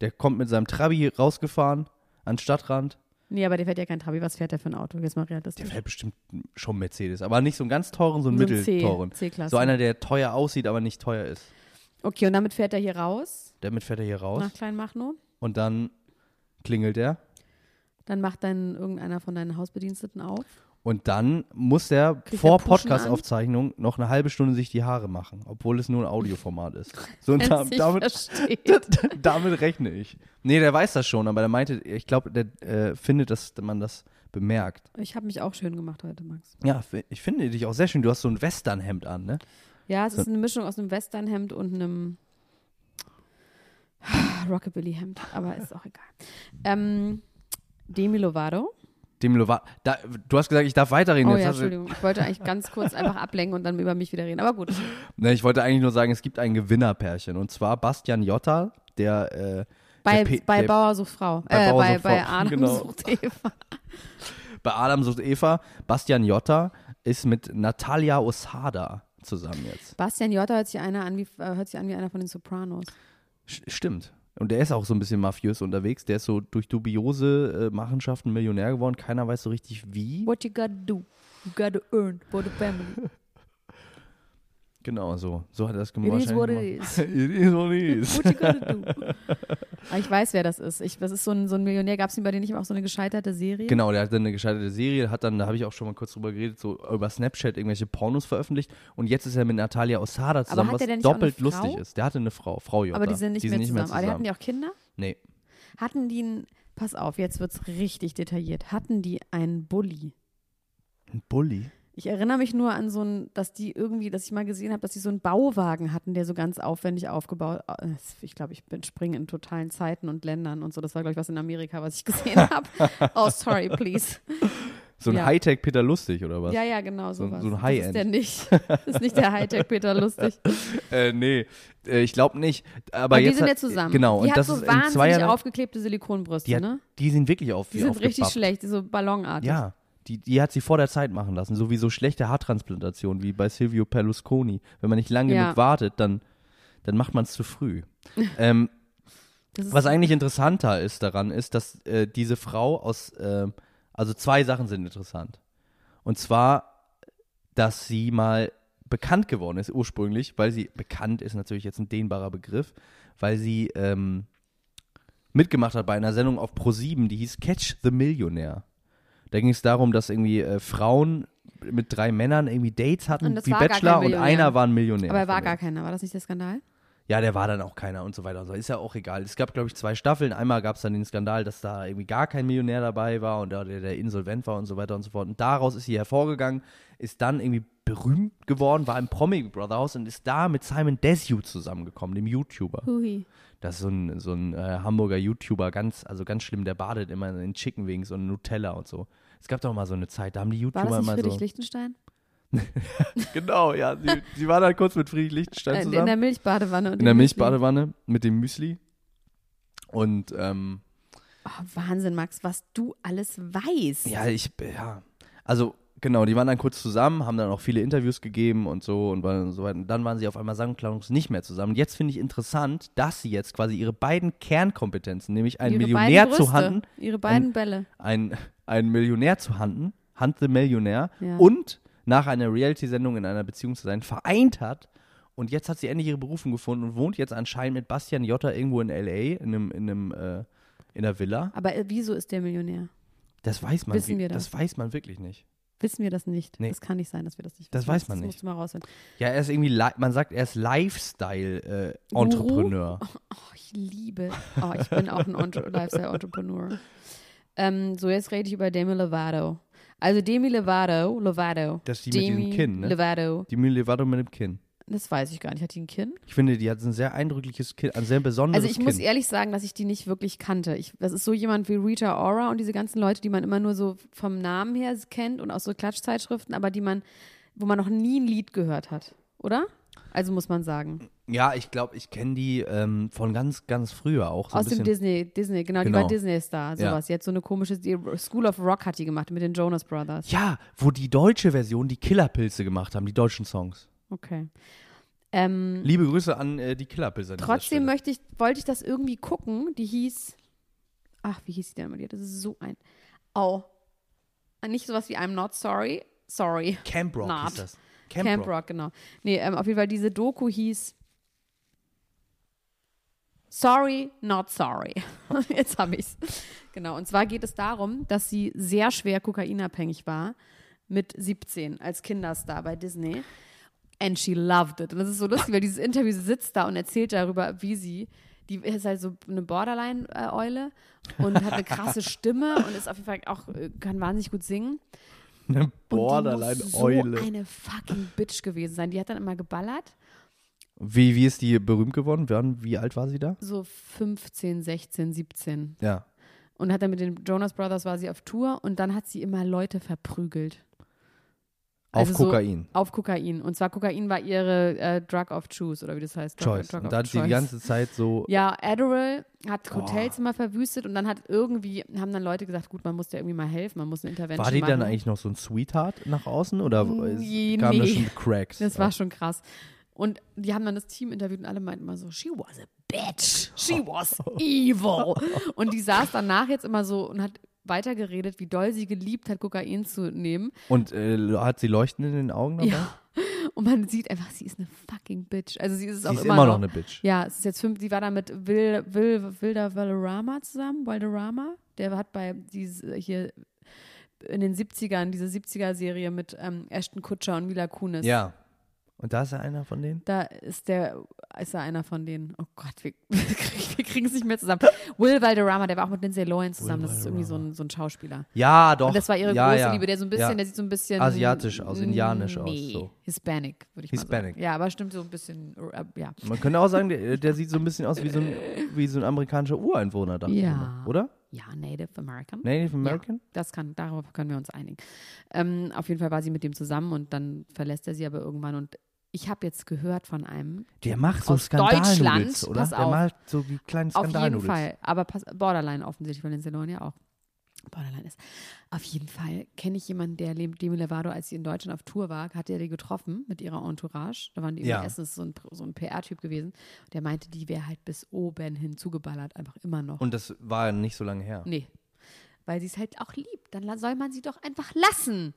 [SPEAKER 3] der kommt mit seinem Trabi rausgefahren an den Stadtrand.
[SPEAKER 1] Nee, aber der fährt ja kein Trabi. Was fährt der für ein Auto? Jetzt mal
[SPEAKER 3] Der
[SPEAKER 1] realistisch.
[SPEAKER 3] fährt bestimmt schon Mercedes, aber nicht so einen ganz teuren, so einen
[SPEAKER 1] So ein C,
[SPEAKER 3] mittelteuren.
[SPEAKER 1] C-Klasse.
[SPEAKER 3] so einer, der teuer aussieht, aber nicht teuer ist.
[SPEAKER 1] Okay, und damit fährt er hier raus,
[SPEAKER 3] Damit fährt er hier raus
[SPEAKER 1] nach Kleinmachnow.
[SPEAKER 3] und dann klingelt er.
[SPEAKER 1] Dann macht dann irgendeiner von deinen Hausbediensteten auf.
[SPEAKER 3] Und dann muss der
[SPEAKER 1] Kriegt
[SPEAKER 3] vor
[SPEAKER 1] er Puschen
[SPEAKER 3] Podcast-Aufzeichnung noch eine halbe Stunde sich die Haare machen, obwohl es nur ein Audioformat ist. So, und da,
[SPEAKER 1] Wenn's nicht
[SPEAKER 3] damit,
[SPEAKER 1] versteht.
[SPEAKER 3] damit rechne ich. Nee, der weiß das schon, aber der meinte, ich glaube, der äh, findet, dass man das bemerkt.
[SPEAKER 1] Ich habe mich auch schön gemacht heute, Max.
[SPEAKER 3] Ja, f- ich finde dich auch sehr schön. Du hast so ein Westernhemd an, ne?
[SPEAKER 1] Ja, es
[SPEAKER 3] So-
[SPEAKER 1] ist eine Mischung aus einem Westernhemd und einem Rockabilly-Hemd, aber ist auch egal. Ähm, Demi Lovato
[SPEAKER 3] dem Lovato. Da, du hast gesagt, ich darf weiterreden.
[SPEAKER 1] Oh
[SPEAKER 3] jetzt
[SPEAKER 1] ja,
[SPEAKER 3] hast du,
[SPEAKER 1] Entschuldigung. Ich wollte eigentlich ganz kurz einfach ablenken und dann über mich wieder reden. Aber gut.
[SPEAKER 3] ne, ich wollte eigentlich nur sagen, es gibt ein Gewinnerpärchen. Und zwar Bastian Jotta, der. Äh,
[SPEAKER 1] Bei,
[SPEAKER 3] der Pe-
[SPEAKER 1] bei
[SPEAKER 3] der,
[SPEAKER 1] Bauer sucht Frau.
[SPEAKER 3] Bei
[SPEAKER 1] äh,
[SPEAKER 3] Bauer
[SPEAKER 1] bei,
[SPEAKER 3] sucht
[SPEAKER 1] bei
[SPEAKER 3] Frau.
[SPEAKER 1] Adam
[SPEAKER 3] Genau.
[SPEAKER 1] sucht Eva.
[SPEAKER 3] bei Adam sucht Eva. Bastian Jotta ist mit Natalia Osada zusammen jetzt.
[SPEAKER 1] Bastian Jotta hört sich, einer an wie, äh, hört sich an wie einer von den Sopranos.
[SPEAKER 3] Sch- Stimmt. Und der ist auch so ein bisschen mafiös unterwegs. Der ist so durch dubiose äh, Machenschaften Millionär geworden. Keiner weiß so richtig wie.
[SPEAKER 1] What you gotta do? You gotta earn for the family.
[SPEAKER 3] Genau so. So hat er das
[SPEAKER 1] It
[SPEAKER 3] gemacht.
[SPEAKER 1] is what it is.
[SPEAKER 3] it is what it is.
[SPEAKER 1] What you gotta do? Aber ich weiß, wer das ist. Ich, das ist so ein, so ein Millionär. Gab es bei denen nicht auch so eine gescheiterte Serie?
[SPEAKER 3] Genau, der hat dann eine gescheiterte Serie, hat dann, da habe ich auch schon mal kurz drüber geredet, so über Snapchat irgendwelche Pornos veröffentlicht und jetzt ist er mit Natalia Osada zusammen,
[SPEAKER 1] hat der
[SPEAKER 3] was
[SPEAKER 1] denn nicht auch
[SPEAKER 3] doppelt
[SPEAKER 1] eine Frau?
[SPEAKER 3] lustig ist. Der hatte eine Frau, Frau Jota.
[SPEAKER 1] Aber die sind nicht, mehr, zusammen. Aber die hatten die auch Kinder?
[SPEAKER 3] nee,
[SPEAKER 1] Hatten die einen, pass auf, jetzt wird's richtig detailliert. Hatten die einen Bulli?
[SPEAKER 3] ein Bulli.
[SPEAKER 1] Ich erinnere mich nur an so ein, dass die irgendwie, dass ich mal gesehen habe, dass die so einen Bauwagen hatten, der so ganz aufwendig aufgebaut. äh, Ich glaube, ich bin springe in totalen Zeiten und Ländern und so. Das war, glaube ich, was in Amerika, was ich gesehen habe. Oh, sorry, please.
[SPEAKER 3] So ein
[SPEAKER 1] Ja.
[SPEAKER 3] Hightech-Peter Lustig oder was?
[SPEAKER 1] Ja, ja, genau
[SPEAKER 3] So ein-
[SPEAKER 1] sowas.
[SPEAKER 3] so ein
[SPEAKER 1] Das
[SPEAKER 3] High-End.
[SPEAKER 1] ist der nicht. Das ist nicht der Hightech-Peter lustig.
[SPEAKER 3] Äh, nee, äh, ich glaube nicht. Aber,
[SPEAKER 1] Aber
[SPEAKER 3] jetzt
[SPEAKER 1] die sind
[SPEAKER 3] hat,
[SPEAKER 1] ja zusammen.
[SPEAKER 3] Genau,
[SPEAKER 1] die
[SPEAKER 3] und
[SPEAKER 1] hat
[SPEAKER 3] das
[SPEAKER 1] so
[SPEAKER 3] ist in zwei
[SPEAKER 1] wahnsinnig
[SPEAKER 3] Jahren.
[SPEAKER 1] aufgeklebte Silikonbrüste,
[SPEAKER 3] die, hat,
[SPEAKER 1] ne?
[SPEAKER 3] die sind wirklich auf
[SPEAKER 1] Die
[SPEAKER 3] wie
[SPEAKER 1] sind richtig
[SPEAKER 3] aufgepappt.
[SPEAKER 1] schlecht, die so ballonartig.
[SPEAKER 3] Ja, die, die hat sie vor der Zeit machen lassen, so wie so schlechte Haartransplantationen, wie bei Silvio Berlusconi. Wenn man nicht lang
[SPEAKER 1] Ja.
[SPEAKER 3] genug wartet, dann, dann macht man es zu früh. ähm,
[SPEAKER 1] Das ist
[SPEAKER 3] was eigentlich interessanter ist daran, ist, dass äh, diese Frau aus, ähm, also zwei Sachen sind interessant. Und zwar, dass sie mal bekannt geworden ist ursprünglich, weil sie, bekannt ist natürlich jetzt ein dehnbarer Begriff, weil sie ähm, mitgemacht hat bei einer Sendung auf Pro7, die hieß Catch the Millionaire. Da ging es darum, dass irgendwie äh, Frauen mit drei Männern irgendwie Dates
[SPEAKER 1] Und
[SPEAKER 3] hatten,
[SPEAKER 1] das
[SPEAKER 3] wie
[SPEAKER 1] war gar
[SPEAKER 3] Bachelor,
[SPEAKER 1] kein
[SPEAKER 3] und
[SPEAKER 1] Millionär.
[SPEAKER 3] einer war ein Millionär.
[SPEAKER 1] Aber er war
[SPEAKER 3] Genau.
[SPEAKER 1] gar keiner, war das nicht der Skandal?
[SPEAKER 3] Ja, der war dann auch keiner und so weiter. und so. Ist ja auch egal. Es gab, glaube ich, zwei Staffeln. Einmal gab es dann den Skandal, dass da irgendwie gar kein Millionär dabei war und der, der, der insolvent war und so weiter und so fort. Und daraus ist sie hervorgegangen, ist dann irgendwie berühmt geworden, war im Promi Brother House und ist da mit Simon Desue zusammengekommen, dem YouTuber.
[SPEAKER 1] Hui.
[SPEAKER 3] Das ist so ein, so ein äh, Hamburger YouTuber, ganz, also ganz schlimm, der badet immer in Chicken Wings und Nutella und so. Es gab doch mal so eine Zeit, da haben die
[SPEAKER 1] War
[SPEAKER 3] YouTuber
[SPEAKER 1] das nicht
[SPEAKER 3] immer
[SPEAKER 1] Friedrich
[SPEAKER 3] so.
[SPEAKER 1] Lichtenstein?
[SPEAKER 3] Genau, ja. Sie, sie war dann kurz mit Friedrich Lichtenstein
[SPEAKER 1] Äh,
[SPEAKER 3] zusammen.
[SPEAKER 1] in der Milchbadewanne. Und
[SPEAKER 3] in der
[SPEAKER 1] dem
[SPEAKER 3] Milchbadewanne mit dem Müsli. Und ähm,
[SPEAKER 1] Müsli. Oh, Wahnsinn, Max, was du alles weißt.
[SPEAKER 3] ja, ich, ja, also genau, die waren dann kurz zusammen, haben dann auch viele Interviews gegeben und so und, waren und so weiter. Und dann waren sie auf einmal sang- und klanglos nicht mehr zusammen. Und jetzt finde ich interessant, dass sie jetzt quasi ihre beiden Kernkompetenzen, nämlich einen
[SPEAKER 1] Ihre
[SPEAKER 3] Millionär
[SPEAKER 1] beiden
[SPEAKER 3] zu
[SPEAKER 1] Brüste,
[SPEAKER 3] handen,
[SPEAKER 1] Ihre beiden Bälle.
[SPEAKER 3] ein, ein Millionär zu handen, Hand the Millionär
[SPEAKER 1] Ja.
[SPEAKER 3] und nach einer Reality-Sendung in einer Beziehung zu sein, vereint hat. Und jetzt hat sie endlich ihre Berufung gefunden und wohnt jetzt anscheinend mit Bastian Jotta irgendwo in L.A., in einem, in einem, äh, in der Villa.
[SPEAKER 1] Aber äh, wieso ist der Millionär?
[SPEAKER 3] Das weiß man,
[SPEAKER 1] Wissen
[SPEAKER 3] wie-
[SPEAKER 1] wir
[SPEAKER 3] das
[SPEAKER 1] das?
[SPEAKER 3] weiß man wirklich nicht.
[SPEAKER 1] Wissen wir das nicht?
[SPEAKER 3] Nee.
[SPEAKER 1] Das kann nicht sein, dass wir das nicht
[SPEAKER 3] Das
[SPEAKER 1] wissen.
[SPEAKER 3] weiß man
[SPEAKER 1] das
[SPEAKER 3] nicht.
[SPEAKER 1] musst du mal rausfinden.
[SPEAKER 3] Ja, er ist irgendwie, li- man sagt, er ist äh, Lifestyle-Entrepreneur.
[SPEAKER 1] Oh, ich liebe. Oh, ich bin auch ein Entre- Lifestyle-Entrepreneur. Ähm, so, jetzt rede ich über Demi Lovato. Also Demi Lovato, Lovato.
[SPEAKER 3] Das ist die mit
[SPEAKER 1] Demi
[SPEAKER 3] diesem Kinn, ne?
[SPEAKER 1] Lovato.
[SPEAKER 3] die Mühle war doch mit dem Kinn.
[SPEAKER 1] Das weiß ich gar nicht. Hat die ein Kinn?
[SPEAKER 3] Ich finde, die hat ein sehr eindrückliches Kinn, ein sehr besonderes
[SPEAKER 1] Also ich
[SPEAKER 3] Kinn.
[SPEAKER 1] muss ehrlich sagen, dass ich die nicht wirklich kannte. Ich, das ist so jemand wie Rita Ora und diese ganzen Leute, die man immer nur so vom Namen her kennt und aus so Klatschzeitschriften, aber die man, wo man noch nie ein Lied gehört hat, oder? Also muss man sagen.
[SPEAKER 3] ja, ich glaube, ich kenne die ähm, von ganz, ganz früher auch. So
[SPEAKER 1] Aus
[SPEAKER 3] ein
[SPEAKER 1] dem
[SPEAKER 3] bisschen.
[SPEAKER 1] Disney, Disney, genau,
[SPEAKER 3] Genau.
[SPEAKER 1] die war Disney-Star,
[SPEAKER 3] Ja.
[SPEAKER 1] sowas. Jetzt so eine komische, die School of Rock hat die gemacht mit den Jonas Brothers.
[SPEAKER 3] Ja, wo die deutsche Version die Killerpilze gemacht haben, die deutschen Songs.
[SPEAKER 1] Okay. Ähm,
[SPEAKER 3] Liebe Grüße an äh, die Killerpilze. an dieser
[SPEAKER 1] Trotzdem
[SPEAKER 3] Stelle.
[SPEAKER 1] möchte ich, wollte ich das irgendwie gucken. Die hieß. Ach, wie hieß die denn immer? Die hatte so ein. Au. Nicht sowas wie I'm not sorry. Sorry.
[SPEAKER 3] Camp Rock
[SPEAKER 1] Naht.
[SPEAKER 3] hieß das.
[SPEAKER 1] Camp, Rock. genau. Nee, ähm, auf jeden Fall diese Doku hieß. Sorry, not sorry. Jetzt habe ich's. Genau. Und zwar geht es darum, dass sie sehr schwer kokainabhängig war mit 17 als Kinderstar bei Disney. And she loved it. Und das ist so lustig, weil dieses Interview sie sitzt da und erzählt darüber, wie sie. Die ist halt so eine Borderline-Eule und hat eine krasse Stimme und ist auf jeden Fall auch, äh, kann wahnsinnig gut singen.
[SPEAKER 3] Eine
[SPEAKER 1] Und die muss
[SPEAKER 3] Borderline-Eule.
[SPEAKER 1] So eine fucking Bitch gewesen sein. Die hat dann immer geballert.
[SPEAKER 3] wie, wie ist die berühmt geworden? Wann- Wie alt war sie da?
[SPEAKER 1] So 15, 16, 17.
[SPEAKER 3] Ja.
[SPEAKER 1] Und hat dann mit den Jonas Brothers war sie auf Tour und dann hat sie immer Leute verprügelt.
[SPEAKER 3] Auf
[SPEAKER 1] Also so-
[SPEAKER 3] Kokain.
[SPEAKER 1] Auf Kokain. Und zwar Kokain war ihre äh, Drug of Choice oder wie das heißt. Drug-
[SPEAKER 3] Choice.
[SPEAKER 1] Drug
[SPEAKER 3] Und
[SPEAKER 1] of
[SPEAKER 3] da hat sie die
[SPEAKER 1] Choice.
[SPEAKER 3] ganze Zeit so.
[SPEAKER 1] Ja, Adderall hat Hotelzimmer verwüstet und dann hat irgendwie, haben dann Leute gesagt, gut, man muss dir irgendwie mal helfen, man muss eine Intervention
[SPEAKER 3] War die
[SPEAKER 1] machen.
[SPEAKER 3] dann eigentlich noch so ein Sweetheart nach außen oder
[SPEAKER 1] Nee,
[SPEAKER 3] es- kam da
[SPEAKER 1] nee.
[SPEAKER 3] schon Cracks?
[SPEAKER 1] Mm, Das war schon krass. Und die haben dann das Team interviewt und alle meinten immer so, she was a bitch, she was evil. Und die saß danach jetzt immer so und hat weitergeredet, wie doll sie geliebt hat, Kokain zu nehmen.
[SPEAKER 3] Und äh, hat sie Leuchten in den Augen dabei?
[SPEAKER 1] Ja. Und man sieht einfach, sie ist eine fucking Bitch. Also sie ist es
[SPEAKER 3] Sie
[SPEAKER 1] auch
[SPEAKER 3] ist
[SPEAKER 1] immer,
[SPEAKER 3] immer noch eine Bitch.
[SPEAKER 1] Ja, es ist jetzt fünf, die war da mit Will, Will, Wilder Valderrama zusammen, Wilderrama. Der hat bei diese hier in den 70ern, diese 70er-Serie mit ähm, Ashton Kutscher und Mila Kunis.
[SPEAKER 3] Ja. Und da ist ja einer von denen?
[SPEAKER 1] Da ist der, ist da einer von denen. Oh Gott, wir, wir kriegen es nicht mehr zusammen. Will Valderrama, der war auch mit Lindsay Lohan zusammen. Das ist irgendwie so ein, so ein Schauspieler.
[SPEAKER 3] Ja, doch.
[SPEAKER 1] Und das war ihre
[SPEAKER 3] ja,
[SPEAKER 1] große
[SPEAKER 3] ja.
[SPEAKER 1] Liebe, der so ein bisschen,
[SPEAKER 3] ja.
[SPEAKER 1] der sieht so ein bisschen Mm,
[SPEAKER 3] Asiatisch aus, indianisch aus,
[SPEAKER 1] Nee,
[SPEAKER 3] so.
[SPEAKER 1] Hispanic, würde ich mal
[SPEAKER 3] Hispanic.
[SPEAKER 1] sagen. Ja, aber stimmt so ein bisschen, äh, ja.
[SPEAKER 3] Man könnte auch sagen, der, der sieht so ein bisschen aus wie so ein, wie so ein amerikanischer Ureinwohner, dachte
[SPEAKER 1] Ja.
[SPEAKER 3] ich immer. Oder?
[SPEAKER 1] Ja, Native American.
[SPEAKER 3] Native American?
[SPEAKER 1] Ja, das kann, darauf können wir uns einigen. Ähm, auf jeden Fall war sie mit dem zusammen und dann verlässt er sie aber irgendwann und ich habe jetzt gehört von einem,
[SPEAKER 3] Der macht so
[SPEAKER 1] Aus
[SPEAKER 3] Skandalnudels,
[SPEAKER 1] Deutschland,
[SPEAKER 3] oder?
[SPEAKER 1] pass
[SPEAKER 3] der
[SPEAKER 1] auf.
[SPEAKER 3] macht so die kleinen
[SPEAKER 1] auf jeden
[SPEAKER 3] Skandalnudels.
[SPEAKER 1] Fall, aber pass, Borderline offensichtlich, weil Lindsay Lohan ja auch Borderline ist. Auf jeden Fall kenne ich jemanden, der lebt Demi Lovato, als sie in Deutschland auf Tour war, hat er die getroffen mit ihrer Entourage. Da waren die
[SPEAKER 3] Ja.
[SPEAKER 1] ja. essen, das ist so ein, so ein PR-Typ gewesen. Der meinte, die wäre halt bis oben hin zugeballert, einfach immer noch.
[SPEAKER 3] Und das war nicht so lange her.
[SPEAKER 1] Nee. Weil sie es halt auch liebt. Dann la- soll man sie doch einfach lassen.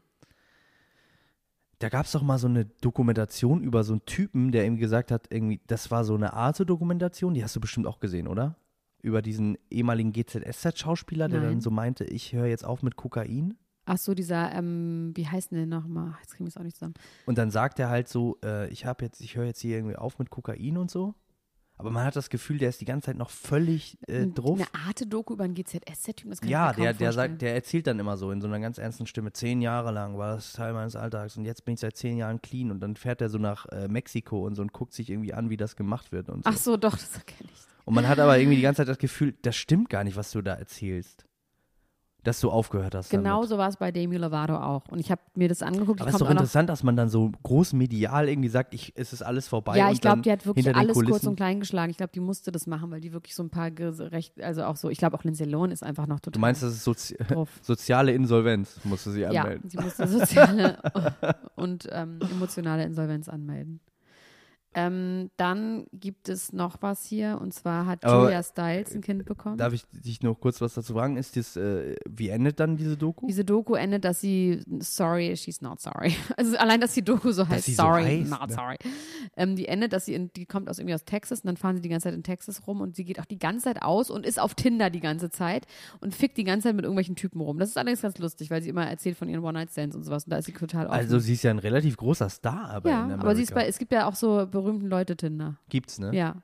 [SPEAKER 3] Da gab es doch mal so eine Dokumentation über so einen Typen, der ihm gesagt hat, irgendwie, das war so eine Arte-Dokumentation, die hast du bestimmt auch gesehen, oder? Über diesen ehemaligen GZSZ-Schauspieler, der
[SPEAKER 1] Nein.
[SPEAKER 3] dann so meinte, ich höre jetzt auf mit Kokain.
[SPEAKER 1] Ach so, dieser, ähm, wie heißt denn der nochmal? Jetzt kriegen wir es auch nicht zusammen.
[SPEAKER 3] Und dann sagt er halt so, äh, ich habe jetzt, ich höre jetzt hier irgendwie auf mit Kokain und so. Aber man hat das Gefühl, der ist die ganze Zeit noch völlig äh, drauf.
[SPEAKER 1] Eine Arte-Doku über einen GZSZ-Typen, das kann
[SPEAKER 3] Ja,
[SPEAKER 1] ich mir
[SPEAKER 3] der,
[SPEAKER 1] kaum
[SPEAKER 3] der
[SPEAKER 1] vorstellen.
[SPEAKER 3] sagt, der erzählt dann immer so in so einer ganz ernsten Stimme, zehn Jahre lang war das Teil meines Alltags und jetzt bin ich seit zehn Jahren clean und dann fährt er so nach äh, Mexiko und so und guckt sich irgendwie an, wie das gemacht wird und so.
[SPEAKER 1] Ach so, doch, das kenne ich.
[SPEAKER 3] Und man hat aber irgendwie die ganze Zeit das Gefühl, das stimmt gar nicht, was du da erzählst. Dass du aufgehört hast. damit.
[SPEAKER 1] Genauso Genau war es bei Demi Lovato auch. Und ich habe mir das angeguckt.
[SPEAKER 3] Aber
[SPEAKER 1] Die
[SPEAKER 3] es ist
[SPEAKER 1] kommt
[SPEAKER 3] doch
[SPEAKER 1] auch noch,
[SPEAKER 3] interessant, dass man dann so groß medial irgendwie sagt, ich, es ist alles vorbei.
[SPEAKER 1] ja,
[SPEAKER 3] und
[SPEAKER 1] ich glaube,
[SPEAKER 3] dann
[SPEAKER 1] die hat wirklich
[SPEAKER 3] hinter den
[SPEAKER 1] alles kurz
[SPEAKER 3] Kulissen-
[SPEAKER 1] und klein geschlagen. Ich glaube, die musste das machen, weil die wirklich so ein paar Ges- recht, also auch so, ich glaube auch Lindsay Lohan ist einfach noch total
[SPEAKER 3] Du meinst, das ist sozi
[SPEAKER 1] drauf.
[SPEAKER 3] soziale Insolvenz, musst du sie
[SPEAKER 1] Oh. Ja,
[SPEAKER 3] anmelden.
[SPEAKER 1] sie musste soziale und ähm, emotionale Insolvenz anmelden. Ähm, dann gibt es noch was hier und zwar hat
[SPEAKER 3] Aber-
[SPEAKER 1] Julia Stiles ein Kind bekommen.
[SPEAKER 3] Darf ich dich noch kurz was dazu fragen? Ist das, äh, wie endet dann diese Doku?
[SPEAKER 1] Diese Doku endet, dass sie sorry, she's not sorry. Also allein, dass die Doku so heißt,
[SPEAKER 3] sie so
[SPEAKER 1] sorry,
[SPEAKER 3] heißt,
[SPEAKER 1] not
[SPEAKER 3] ne?
[SPEAKER 1] sorry. Ähm, die endet, dass sie in, die kommt aus irgendwie aus Texas und dann fahren sie die ganze Zeit in Texas rum und sie geht auch die ganze Zeit aus und ist auf Tinder die ganze Zeit und fickt die ganze Zeit mit irgendwelchen Typen rum. Das ist allerdings ganz lustig, weil sie immer erzählt von ihren One-Night-Stands und sowas und da ist sie total offen.
[SPEAKER 3] also sie ist ja ein relativ großer Star, aber in
[SPEAKER 1] ja,
[SPEAKER 3] Amerika.
[SPEAKER 1] aber sie ist bei, es gibt ja auch so berühmten Leute Tinder.
[SPEAKER 3] Gibt's, ne?
[SPEAKER 1] Ja.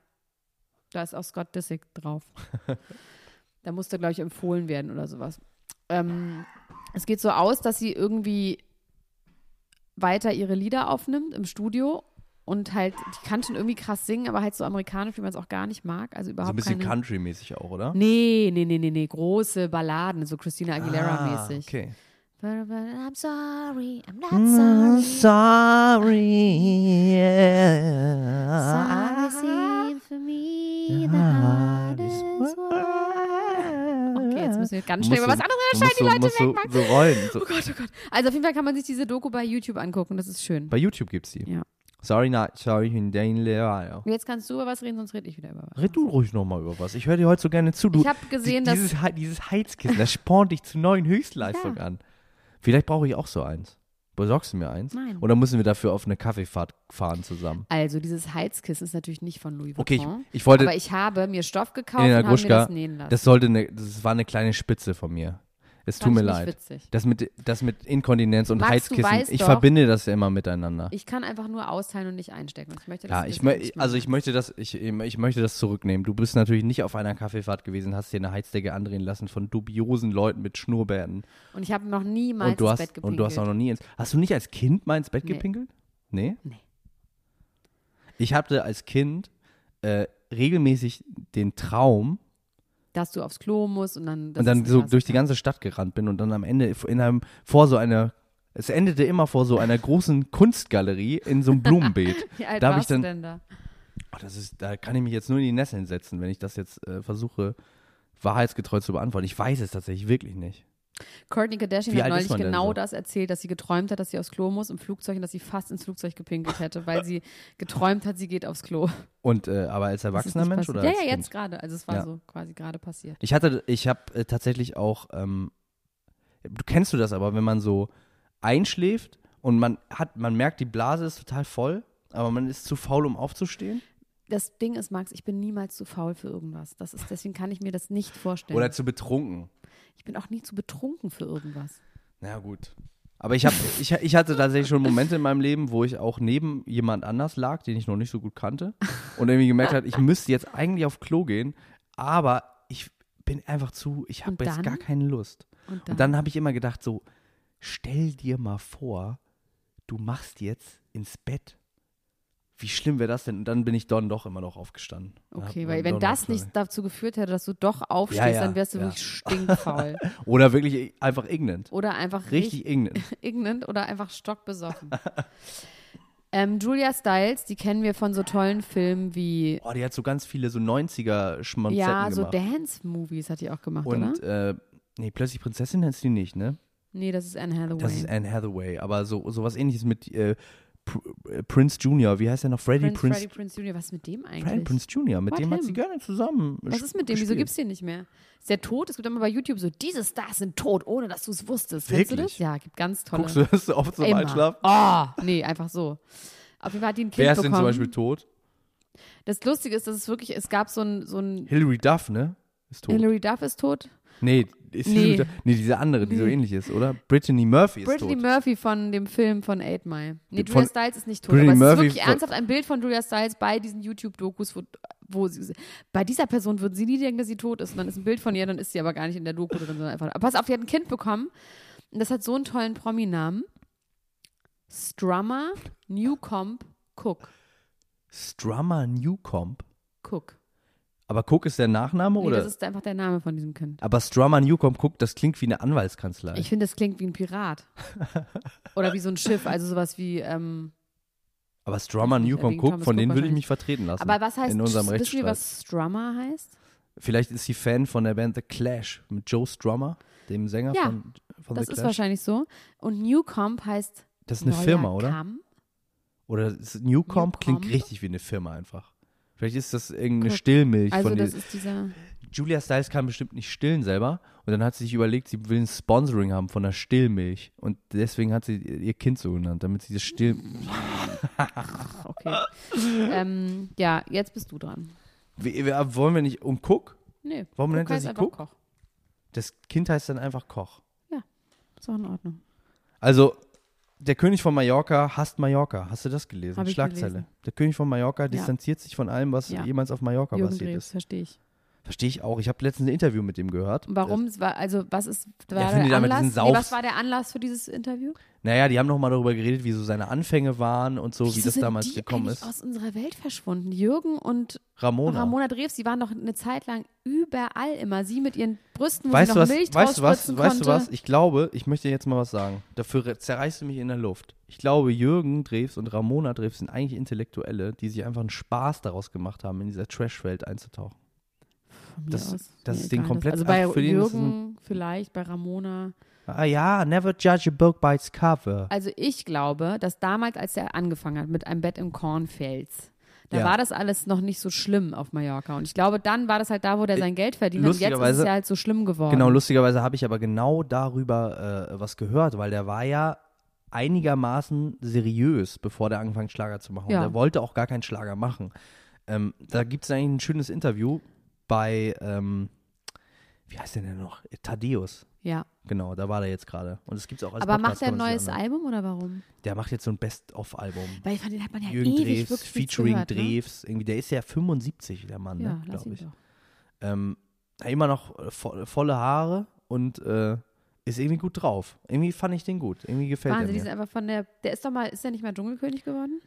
[SPEAKER 1] Da ist auch Scott Disick drauf. da musste, glaube ich, empfohlen werden oder sowas. Ähm, es geht so aus, dass sie irgendwie weiter ihre Lieder aufnimmt im Studio und halt, die kann schon irgendwie krass singen, aber halt so amerikanisch, wie man es auch gar nicht mag. Also
[SPEAKER 3] So
[SPEAKER 1] überhaupt
[SPEAKER 3] ein bisschen
[SPEAKER 1] keine.
[SPEAKER 3] Country-mäßig auch, oder?
[SPEAKER 1] Nee, nee, nee, nee, nee, große Balladen, so Christina
[SPEAKER 3] Ah,
[SPEAKER 1] Aguilera-mäßig.
[SPEAKER 3] okay.
[SPEAKER 1] I'm sorry, I'm not
[SPEAKER 3] I'm
[SPEAKER 1] sorry.
[SPEAKER 3] sorry.
[SPEAKER 1] Sorry
[SPEAKER 3] Ah. Yeah.
[SPEAKER 1] seems for me the hardest Okay, jetzt müssen wir ganz schnell über was anderes
[SPEAKER 3] musst
[SPEAKER 1] entscheiden, die
[SPEAKER 3] so-
[SPEAKER 1] Leute
[SPEAKER 3] musst so-
[SPEAKER 1] wegmachen.
[SPEAKER 3] So rollen. So.
[SPEAKER 1] Oh Gott, oh Gott. Also auf jeden Fall kann man sich diese Doku bei YouTube angucken, das ist schön.
[SPEAKER 3] Bei YouTube gibt's die.
[SPEAKER 1] Ja.
[SPEAKER 3] Sorry, not sorry, in Dane Leal.
[SPEAKER 1] Und jetzt kannst du über was reden, sonst rede ich wieder über was.
[SPEAKER 3] Red du ruhig nochmal über was. Ich höre dir heute so gerne zu. Du,
[SPEAKER 1] Ich hab gesehen,
[SPEAKER 3] die,
[SPEAKER 1] dass-
[SPEAKER 3] dieses, He- dieses Heizkissen, das spornt dich zu neuen Höchstleistungen
[SPEAKER 1] Ja.
[SPEAKER 3] an. Vielleicht brauche ich auch so eins. Besorgst du mir eins?
[SPEAKER 1] Nein.
[SPEAKER 3] Oder müssen wir dafür auf eine Kaffeefahrt fahren zusammen?
[SPEAKER 1] Also dieses Heizkissen ist natürlich nicht von Louis Vuitton.
[SPEAKER 3] Okay, ich, ich wollte.
[SPEAKER 1] aber ich habe mir Stoff gekauft und
[SPEAKER 3] Elena
[SPEAKER 1] habe mir
[SPEAKER 3] Gruschka,
[SPEAKER 1] das nähen lassen.
[SPEAKER 3] das sollte eine, das war eine kleine Spitze von mir. Es tut
[SPEAKER 1] Fand
[SPEAKER 3] mir
[SPEAKER 1] ich nicht
[SPEAKER 3] leid.
[SPEAKER 1] witzig.
[SPEAKER 3] Das mit, das mit Inkontinenz und
[SPEAKER 1] Max, du
[SPEAKER 3] Heizkissen,
[SPEAKER 1] weißt
[SPEAKER 3] ich
[SPEAKER 1] doch-
[SPEAKER 3] verbinde das ja immer miteinander.
[SPEAKER 1] ich kann einfach nur austeilen und nicht einstecken. Ich möchte, dass
[SPEAKER 3] ja,
[SPEAKER 1] du
[SPEAKER 3] ich
[SPEAKER 1] das
[SPEAKER 3] mö-
[SPEAKER 1] nicht mehr
[SPEAKER 3] also ich
[SPEAKER 1] machst.
[SPEAKER 3] möchte das, ich, ich möchte das zurücknehmen. Du bist natürlich nicht auf einer Kaffeefahrt gewesen, hast dir eine Heizdecke andrehen lassen von dubiosen Leuten mit Schnurrbärten.
[SPEAKER 1] Und ich habe noch niemals
[SPEAKER 3] Und du,
[SPEAKER 1] ins Bett
[SPEAKER 3] hast,
[SPEAKER 1] gepinkelt.
[SPEAKER 3] und du hast auch noch nie ins. Hast du nicht als Kind mal ins Bett
[SPEAKER 1] Nee.
[SPEAKER 3] gepinkelt? Nee?
[SPEAKER 1] Nee.
[SPEAKER 3] Ich hatte als Kind äh, regelmäßig den Traum,
[SPEAKER 1] dass du aufs Klo musst und dann. das
[SPEAKER 3] und dann
[SPEAKER 1] ist
[SPEAKER 3] so
[SPEAKER 1] krass.
[SPEAKER 3] durch die ganze Stadt gerannt bin und dann am Ende in einem, vor so einer, es endete immer vor so einer großen Kunstgalerie in so einem Blumenbeet.
[SPEAKER 1] Wie alt
[SPEAKER 3] da hab
[SPEAKER 1] warst
[SPEAKER 3] ich dann-
[SPEAKER 1] du denn da?
[SPEAKER 3] Oh, das ist, da kann ich mich jetzt nur in die Nesseln setzen, wenn ich das jetzt äh, versuche, wahrheitsgetreu zu beantworten. Ich weiß es tatsächlich wirklich nicht.
[SPEAKER 1] Courtney Kardashian
[SPEAKER 3] Wie
[SPEAKER 1] hat
[SPEAKER 3] alt
[SPEAKER 1] neulich
[SPEAKER 3] ist man denn
[SPEAKER 1] genau
[SPEAKER 3] so?
[SPEAKER 1] das erzählt, dass sie geträumt hat, dass sie aufs Klo muss im Flugzeug und dass sie fast ins Flugzeug gepinkelt hätte, weil sie geträumt hat, sie geht aufs Klo.
[SPEAKER 3] Und äh, aber
[SPEAKER 1] Das
[SPEAKER 3] als
[SPEAKER 1] ist
[SPEAKER 3] erwachsener
[SPEAKER 1] nicht
[SPEAKER 3] Mensch
[SPEAKER 1] passiert.
[SPEAKER 3] oder?
[SPEAKER 1] Ja,
[SPEAKER 3] als
[SPEAKER 1] ja,
[SPEAKER 3] Kind?
[SPEAKER 1] jetzt gerade. Also es war
[SPEAKER 3] Ja.
[SPEAKER 1] so quasi gerade passiert.
[SPEAKER 3] Ich hatte, ich habe äh, tatsächlich auch, ähm, du kennst du das aber, wenn man so einschläft und man hat, man merkt, die Blase ist total voll, aber man ist zu faul, um aufzustehen.
[SPEAKER 1] Das Ding ist, Max, ich bin niemals zu faul für irgendwas. Das ist, deswegen kann ich mir das nicht vorstellen.
[SPEAKER 3] Oder zu betrunken.
[SPEAKER 1] ich bin auch nie zu betrunken für irgendwas.
[SPEAKER 3] Na ja, gut. Aber ich, hab, ich, ich hatte tatsächlich schon Momente in meinem Leben, wo ich auch neben jemand anders lag, den ich noch nicht so gut kannte und irgendwie gemerkt hat, ich müsste jetzt eigentlich auf Klo gehen, aber ich bin einfach zu, ich habe
[SPEAKER 1] Und
[SPEAKER 3] jetzt
[SPEAKER 1] dann?
[SPEAKER 3] gar keine Lust.
[SPEAKER 1] Und dann,
[SPEAKER 3] Und dann habe ich immer gedacht, so, stell dir mal vor, du machst jetzt ins Bett. Wie schlimm wäre das denn? Und dann bin ich dann doch immer noch aufgestanden. Dann hab
[SPEAKER 1] okay,
[SPEAKER 3] ich
[SPEAKER 1] weil
[SPEAKER 3] dann
[SPEAKER 1] wenn
[SPEAKER 3] doch noch
[SPEAKER 1] das nicht
[SPEAKER 3] aufgestanden.
[SPEAKER 1] dazu geführt hätte, dass du doch aufstehst,
[SPEAKER 3] Ja, ja,
[SPEAKER 1] dann wärst du
[SPEAKER 3] ja.
[SPEAKER 1] wirklich stinkfaul.
[SPEAKER 3] Oder wirklich i- einfach ignorant.
[SPEAKER 1] Oder einfach richtig
[SPEAKER 3] Richtig ignorant.
[SPEAKER 1] ignorant oder einfach stockbesoffen. ähm, Julia Stiles, die kennen wir von so tollen Filmen wie
[SPEAKER 3] Oh, die hat so ganz viele so 90er Schmonzetten
[SPEAKER 1] ja, so
[SPEAKER 3] gemacht.
[SPEAKER 1] Dance-Movies hat die auch gemacht,
[SPEAKER 3] Und
[SPEAKER 1] oder?
[SPEAKER 3] äh, nee, plötzlich Prinzessin nennst du die nicht, ne?
[SPEAKER 1] Nee, das ist Anne Hathaway.
[SPEAKER 3] Das ist Anne Hathaway, aber so sowas ähnliches mit äh, Pr- äh, Prince Jr., wie heißt der noch? Freddie
[SPEAKER 1] Prince, Freddie
[SPEAKER 3] Prince,
[SPEAKER 1] Prince Jr. Was ist mit dem eigentlich?
[SPEAKER 3] Freddie Prince Jr., mit
[SPEAKER 1] What
[SPEAKER 3] dem hat
[SPEAKER 1] him?
[SPEAKER 3] sie gerne zusammen
[SPEAKER 1] Was ist mit dem? Wieso
[SPEAKER 3] gespielt.
[SPEAKER 1] gibt's den nicht mehr? Ist der tot? Es gibt immer bei YouTube so, diese Stars sind tot, ohne dass du es wusstest. Kennst du
[SPEAKER 3] Wirklich?
[SPEAKER 1] das? Ja, gibt ganz tolle.
[SPEAKER 3] Guckst du das so oft zum
[SPEAKER 1] Immer.
[SPEAKER 3] Einschlafen?
[SPEAKER 1] Oh, nee, einfach so. Auf jeden Fall hat die ein Kind
[SPEAKER 3] Wer ist
[SPEAKER 1] bekommen.
[SPEAKER 3] denn zum Beispiel tot?
[SPEAKER 1] das Lustige ist, dass es wirklich, es gab so ein, so ein
[SPEAKER 3] Hilary Duff, ne? Ist tot.
[SPEAKER 1] Hilary Duff ist tot.
[SPEAKER 3] nee, ist
[SPEAKER 1] Nee.
[SPEAKER 3] Hilary Duff. Nee, diese andere, die so ähnlich ist, oder? Brittany Murphy ist
[SPEAKER 1] Brittany
[SPEAKER 3] tot.
[SPEAKER 1] Murphy von dem Film von Eight Mile. Nee,
[SPEAKER 3] Von-
[SPEAKER 1] Julia Stiles ist nicht tot.
[SPEAKER 3] Brittany
[SPEAKER 1] aber es
[SPEAKER 3] Murphy
[SPEAKER 1] ist wirklich
[SPEAKER 3] von-
[SPEAKER 1] ernsthaft ein Bild von Julia Stiles bei diesen YouTube-Dokus, wo, wo sie, bei dieser Person würden sie nie denken, dass sie tot ist. Und dann ist ein Bild von ihr, dann ist sie aber gar nicht in der Doku drin, sondern einfach. Aber pass auf, die hat ein Kind bekommen. Und das hat so einen tollen Promi-Namen. Strummer Newcomb Cook.
[SPEAKER 3] Strummer Newcomb.
[SPEAKER 1] Cook.
[SPEAKER 3] Aber Cook ist der Nachname,
[SPEAKER 1] Nee,
[SPEAKER 3] oder?
[SPEAKER 1] das ist einfach der Name von diesem Kind.
[SPEAKER 3] aber Strummer Newcomb Cook, das klingt wie eine Anwaltskanzlei.
[SPEAKER 1] Ich finde, das klingt wie ein Pirat. Oder wie so ein Schiff, also sowas wie. Ähm,
[SPEAKER 3] aber Strummer
[SPEAKER 1] nicht,
[SPEAKER 3] Newcomb
[SPEAKER 1] wegen
[SPEAKER 3] Cook,
[SPEAKER 1] Thomas
[SPEAKER 3] von
[SPEAKER 1] Cook
[SPEAKER 3] denen würde ich
[SPEAKER 1] wahrscheinlich.
[SPEAKER 3] mich vertreten lassen.
[SPEAKER 1] aber was heißt,
[SPEAKER 3] In unserem
[SPEAKER 1] wissen wir,
[SPEAKER 3] Rechtsstreit.
[SPEAKER 1] was Strummer heißt?
[SPEAKER 3] Vielleicht ist sie Fan von der Band The Clash mit Joe Strummer, dem Sänger
[SPEAKER 1] Ja,
[SPEAKER 3] von, von
[SPEAKER 1] Das
[SPEAKER 3] The
[SPEAKER 1] ist
[SPEAKER 3] Clash.
[SPEAKER 1] wahrscheinlich so. Und Newcomb heißt
[SPEAKER 3] das ist eine
[SPEAKER 1] neuer
[SPEAKER 3] Firma, oder?
[SPEAKER 1] Kamm.
[SPEAKER 3] Oder ist Newcomb klingt
[SPEAKER 1] Newcomb?
[SPEAKER 3] richtig wie eine Firma einfach. Vielleicht ist das irgendeine
[SPEAKER 1] Guck.
[SPEAKER 3] Stillmilch
[SPEAKER 1] Also
[SPEAKER 3] von
[SPEAKER 1] das
[SPEAKER 3] den,
[SPEAKER 1] ist dieser.
[SPEAKER 3] Julia Stiles kann bestimmt nicht stillen selber und dann hat sie sich überlegt, sie will ein Sponsoring haben von der Stillmilch und deswegen hat sie ihr Kind so genannt, damit sie das still
[SPEAKER 1] Ach, okay. ähm, ja, jetzt bist du dran.
[SPEAKER 3] Wie- wie- wollen wir nicht um Cook?
[SPEAKER 1] Nee.
[SPEAKER 3] Warum nennt er
[SPEAKER 1] heißt
[SPEAKER 3] sich
[SPEAKER 1] einfach
[SPEAKER 3] Cook?
[SPEAKER 1] Koch.
[SPEAKER 3] Das Kind heißt dann einfach Koch.
[SPEAKER 1] Ist auch in Ordnung.
[SPEAKER 3] Also der König von Mallorca hasst Mallorca. Hast du das gelesen?
[SPEAKER 1] Hab ich
[SPEAKER 3] Schlagzeile.
[SPEAKER 1] gelesen.
[SPEAKER 3] Der König von Mallorca distanziert sich von allem, was
[SPEAKER 1] Ja.
[SPEAKER 3] jemals auf Mallorca
[SPEAKER 1] Jürgen
[SPEAKER 3] passiert
[SPEAKER 1] Dreves,
[SPEAKER 3] ist.
[SPEAKER 1] verstehe ich.
[SPEAKER 3] Verstehe ich auch. Ich habe letztens ein Interview mit ihm gehört.
[SPEAKER 1] Und warum? es War, also was ist war
[SPEAKER 3] findet
[SPEAKER 1] der
[SPEAKER 3] er mit
[SPEAKER 1] Anlass?
[SPEAKER 3] diesen
[SPEAKER 1] Nee,
[SPEAKER 3] Saufs-
[SPEAKER 1] was war der Anlass für dieses Interview?
[SPEAKER 3] Naja, die haben nochmal darüber geredet, wie so seine Anfänge waren und so, wie
[SPEAKER 1] Wieso
[SPEAKER 3] das
[SPEAKER 1] sind
[SPEAKER 3] damals
[SPEAKER 1] die
[SPEAKER 3] gekommen
[SPEAKER 1] eigentlich
[SPEAKER 3] ist.
[SPEAKER 1] Aus unserer Welt verschwunden. Jürgen und
[SPEAKER 3] Ramona.
[SPEAKER 1] Ramona Dreves, die waren doch eine Zeit lang überall immer. Sie mit ihren Brüsten, wo
[SPEAKER 3] Weißt
[SPEAKER 1] sie
[SPEAKER 3] du
[SPEAKER 1] noch
[SPEAKER 3] was?
[SPEAKER 1] Milch
[SPEAKER 3] Weißt du was?
[SPEAKER 1] rausspritzen
[SPEAKER 3] Weißt du
[SPEAKER 1] konnte.
[SPEAKER 3] was? Ich glaube, ich möchte jetzt mal was sagen. Dafür re- zerreißt du mich in der Luft. Ich glaube, Jürgen Drews und Ramona Drews sind eigentlich Intellektuelle, die sich einfach einen Spaß daraus gemacht haben, in dieser Trash-Welt einzutauchen.
[SPEAKER 1] Von mir
[SPEAKER 3] Das-
[SPEAKER 1] aus.
[SPEAKER 3] das
[SPEAKER 1] Mir
[SPEAKER 3] ist denen
[SPEAKER 1] egal.
[SPEAKER 3] komplett-
[SPEAKER 1] Also bei
[SPEAKER 3] also für den ist es ein-
[SPEAKER 1] Jürgen vielleicht, bei Ramona.
[SPEAKER 3] Ah ja, never judge a book by its cover.
[SPEAKER 1] Also ich glaube, dass damals, als er angefangen hat mit einem Bett im Kornfels, da
[SPEAKER 3] Ja.
[SPEAKER 1] war das alles noch nicht so schlimm auf Mallorca. Und ich glaube, dann war das halt da, wo der sein Geld verdient hat. Und Jetzt ist es
[SPEAKER 3] Äh, lustigerweise-
[SPEAKER 1] ja halt so schlimm geworden.
[SPEAKER 3] Genau, lustigerweise habe ich aber genau darüber äh, was gehört, weil der war ja einigermaßen seriös, bevor der angefangen hat, Schlager zu machen.
[SPEAKER 1] Ja.
[SPEAKER 3] Und der wollte auch gar keinen Schlager machen. Ähm, da gibt es eigentlich ein schönes Interview bei, ähm, wie heißt der denn noch? Thaddeus.
[SPEAKER 1] Ja.
[SPEAKER 3] Genau, da war der jetzt gerade. Und es gibt es auch als
[SPEAKER 1] Aber macht
[SPEAKER 3] Podcast,
[SPEAKER 1] er ein
[SPEAKER 3] kann man sich
[SPEAKER 1] neues
[SPEAKER 3] anhören.
[SPEAKER 1] Album oder warum?
[SPEAKER 3] Der macht jetzt so ein Best-of-Album.
[SPEAKER 1] Weil ich fand, den hat man ja
[SPEAKER 3] Jürgen
[SPEAKER 1] ewig
[SPEAKER 3] Drews,
[SPEAKER 1] wirklich nicht
[SPEAKER 3] featuring
[SPEAKER 1] gehört, ne?
[SPEAKER 3] Drews. Irgendwie, der ist ja 75, der Mann,
[SPEAKER 1] Ja,
[SPEAKER 3] ne,
[SPEAKER 1] lass
[SPEAKER 3] glaube
[SPEAKER 1] ihn
[SPEAKER 3] ich.
[SPEAKER 1] doch.
[SPEAKER 3] Ähm, hat immer noch äh, vo volle Haare und äh, ist irgendwie gut drauf. Irgendwie fand ich den gut. Irgendwie gefällt
[SPEAKER 1] Wahnsinn, die
[SPEAKER 3] er
[SPEAKER 1] sind
[SPEAKER 3] mir.
[SPEAKER 1] einfach von der, der ist doch mal, ist der nicht mal Dschungelkönig geworden?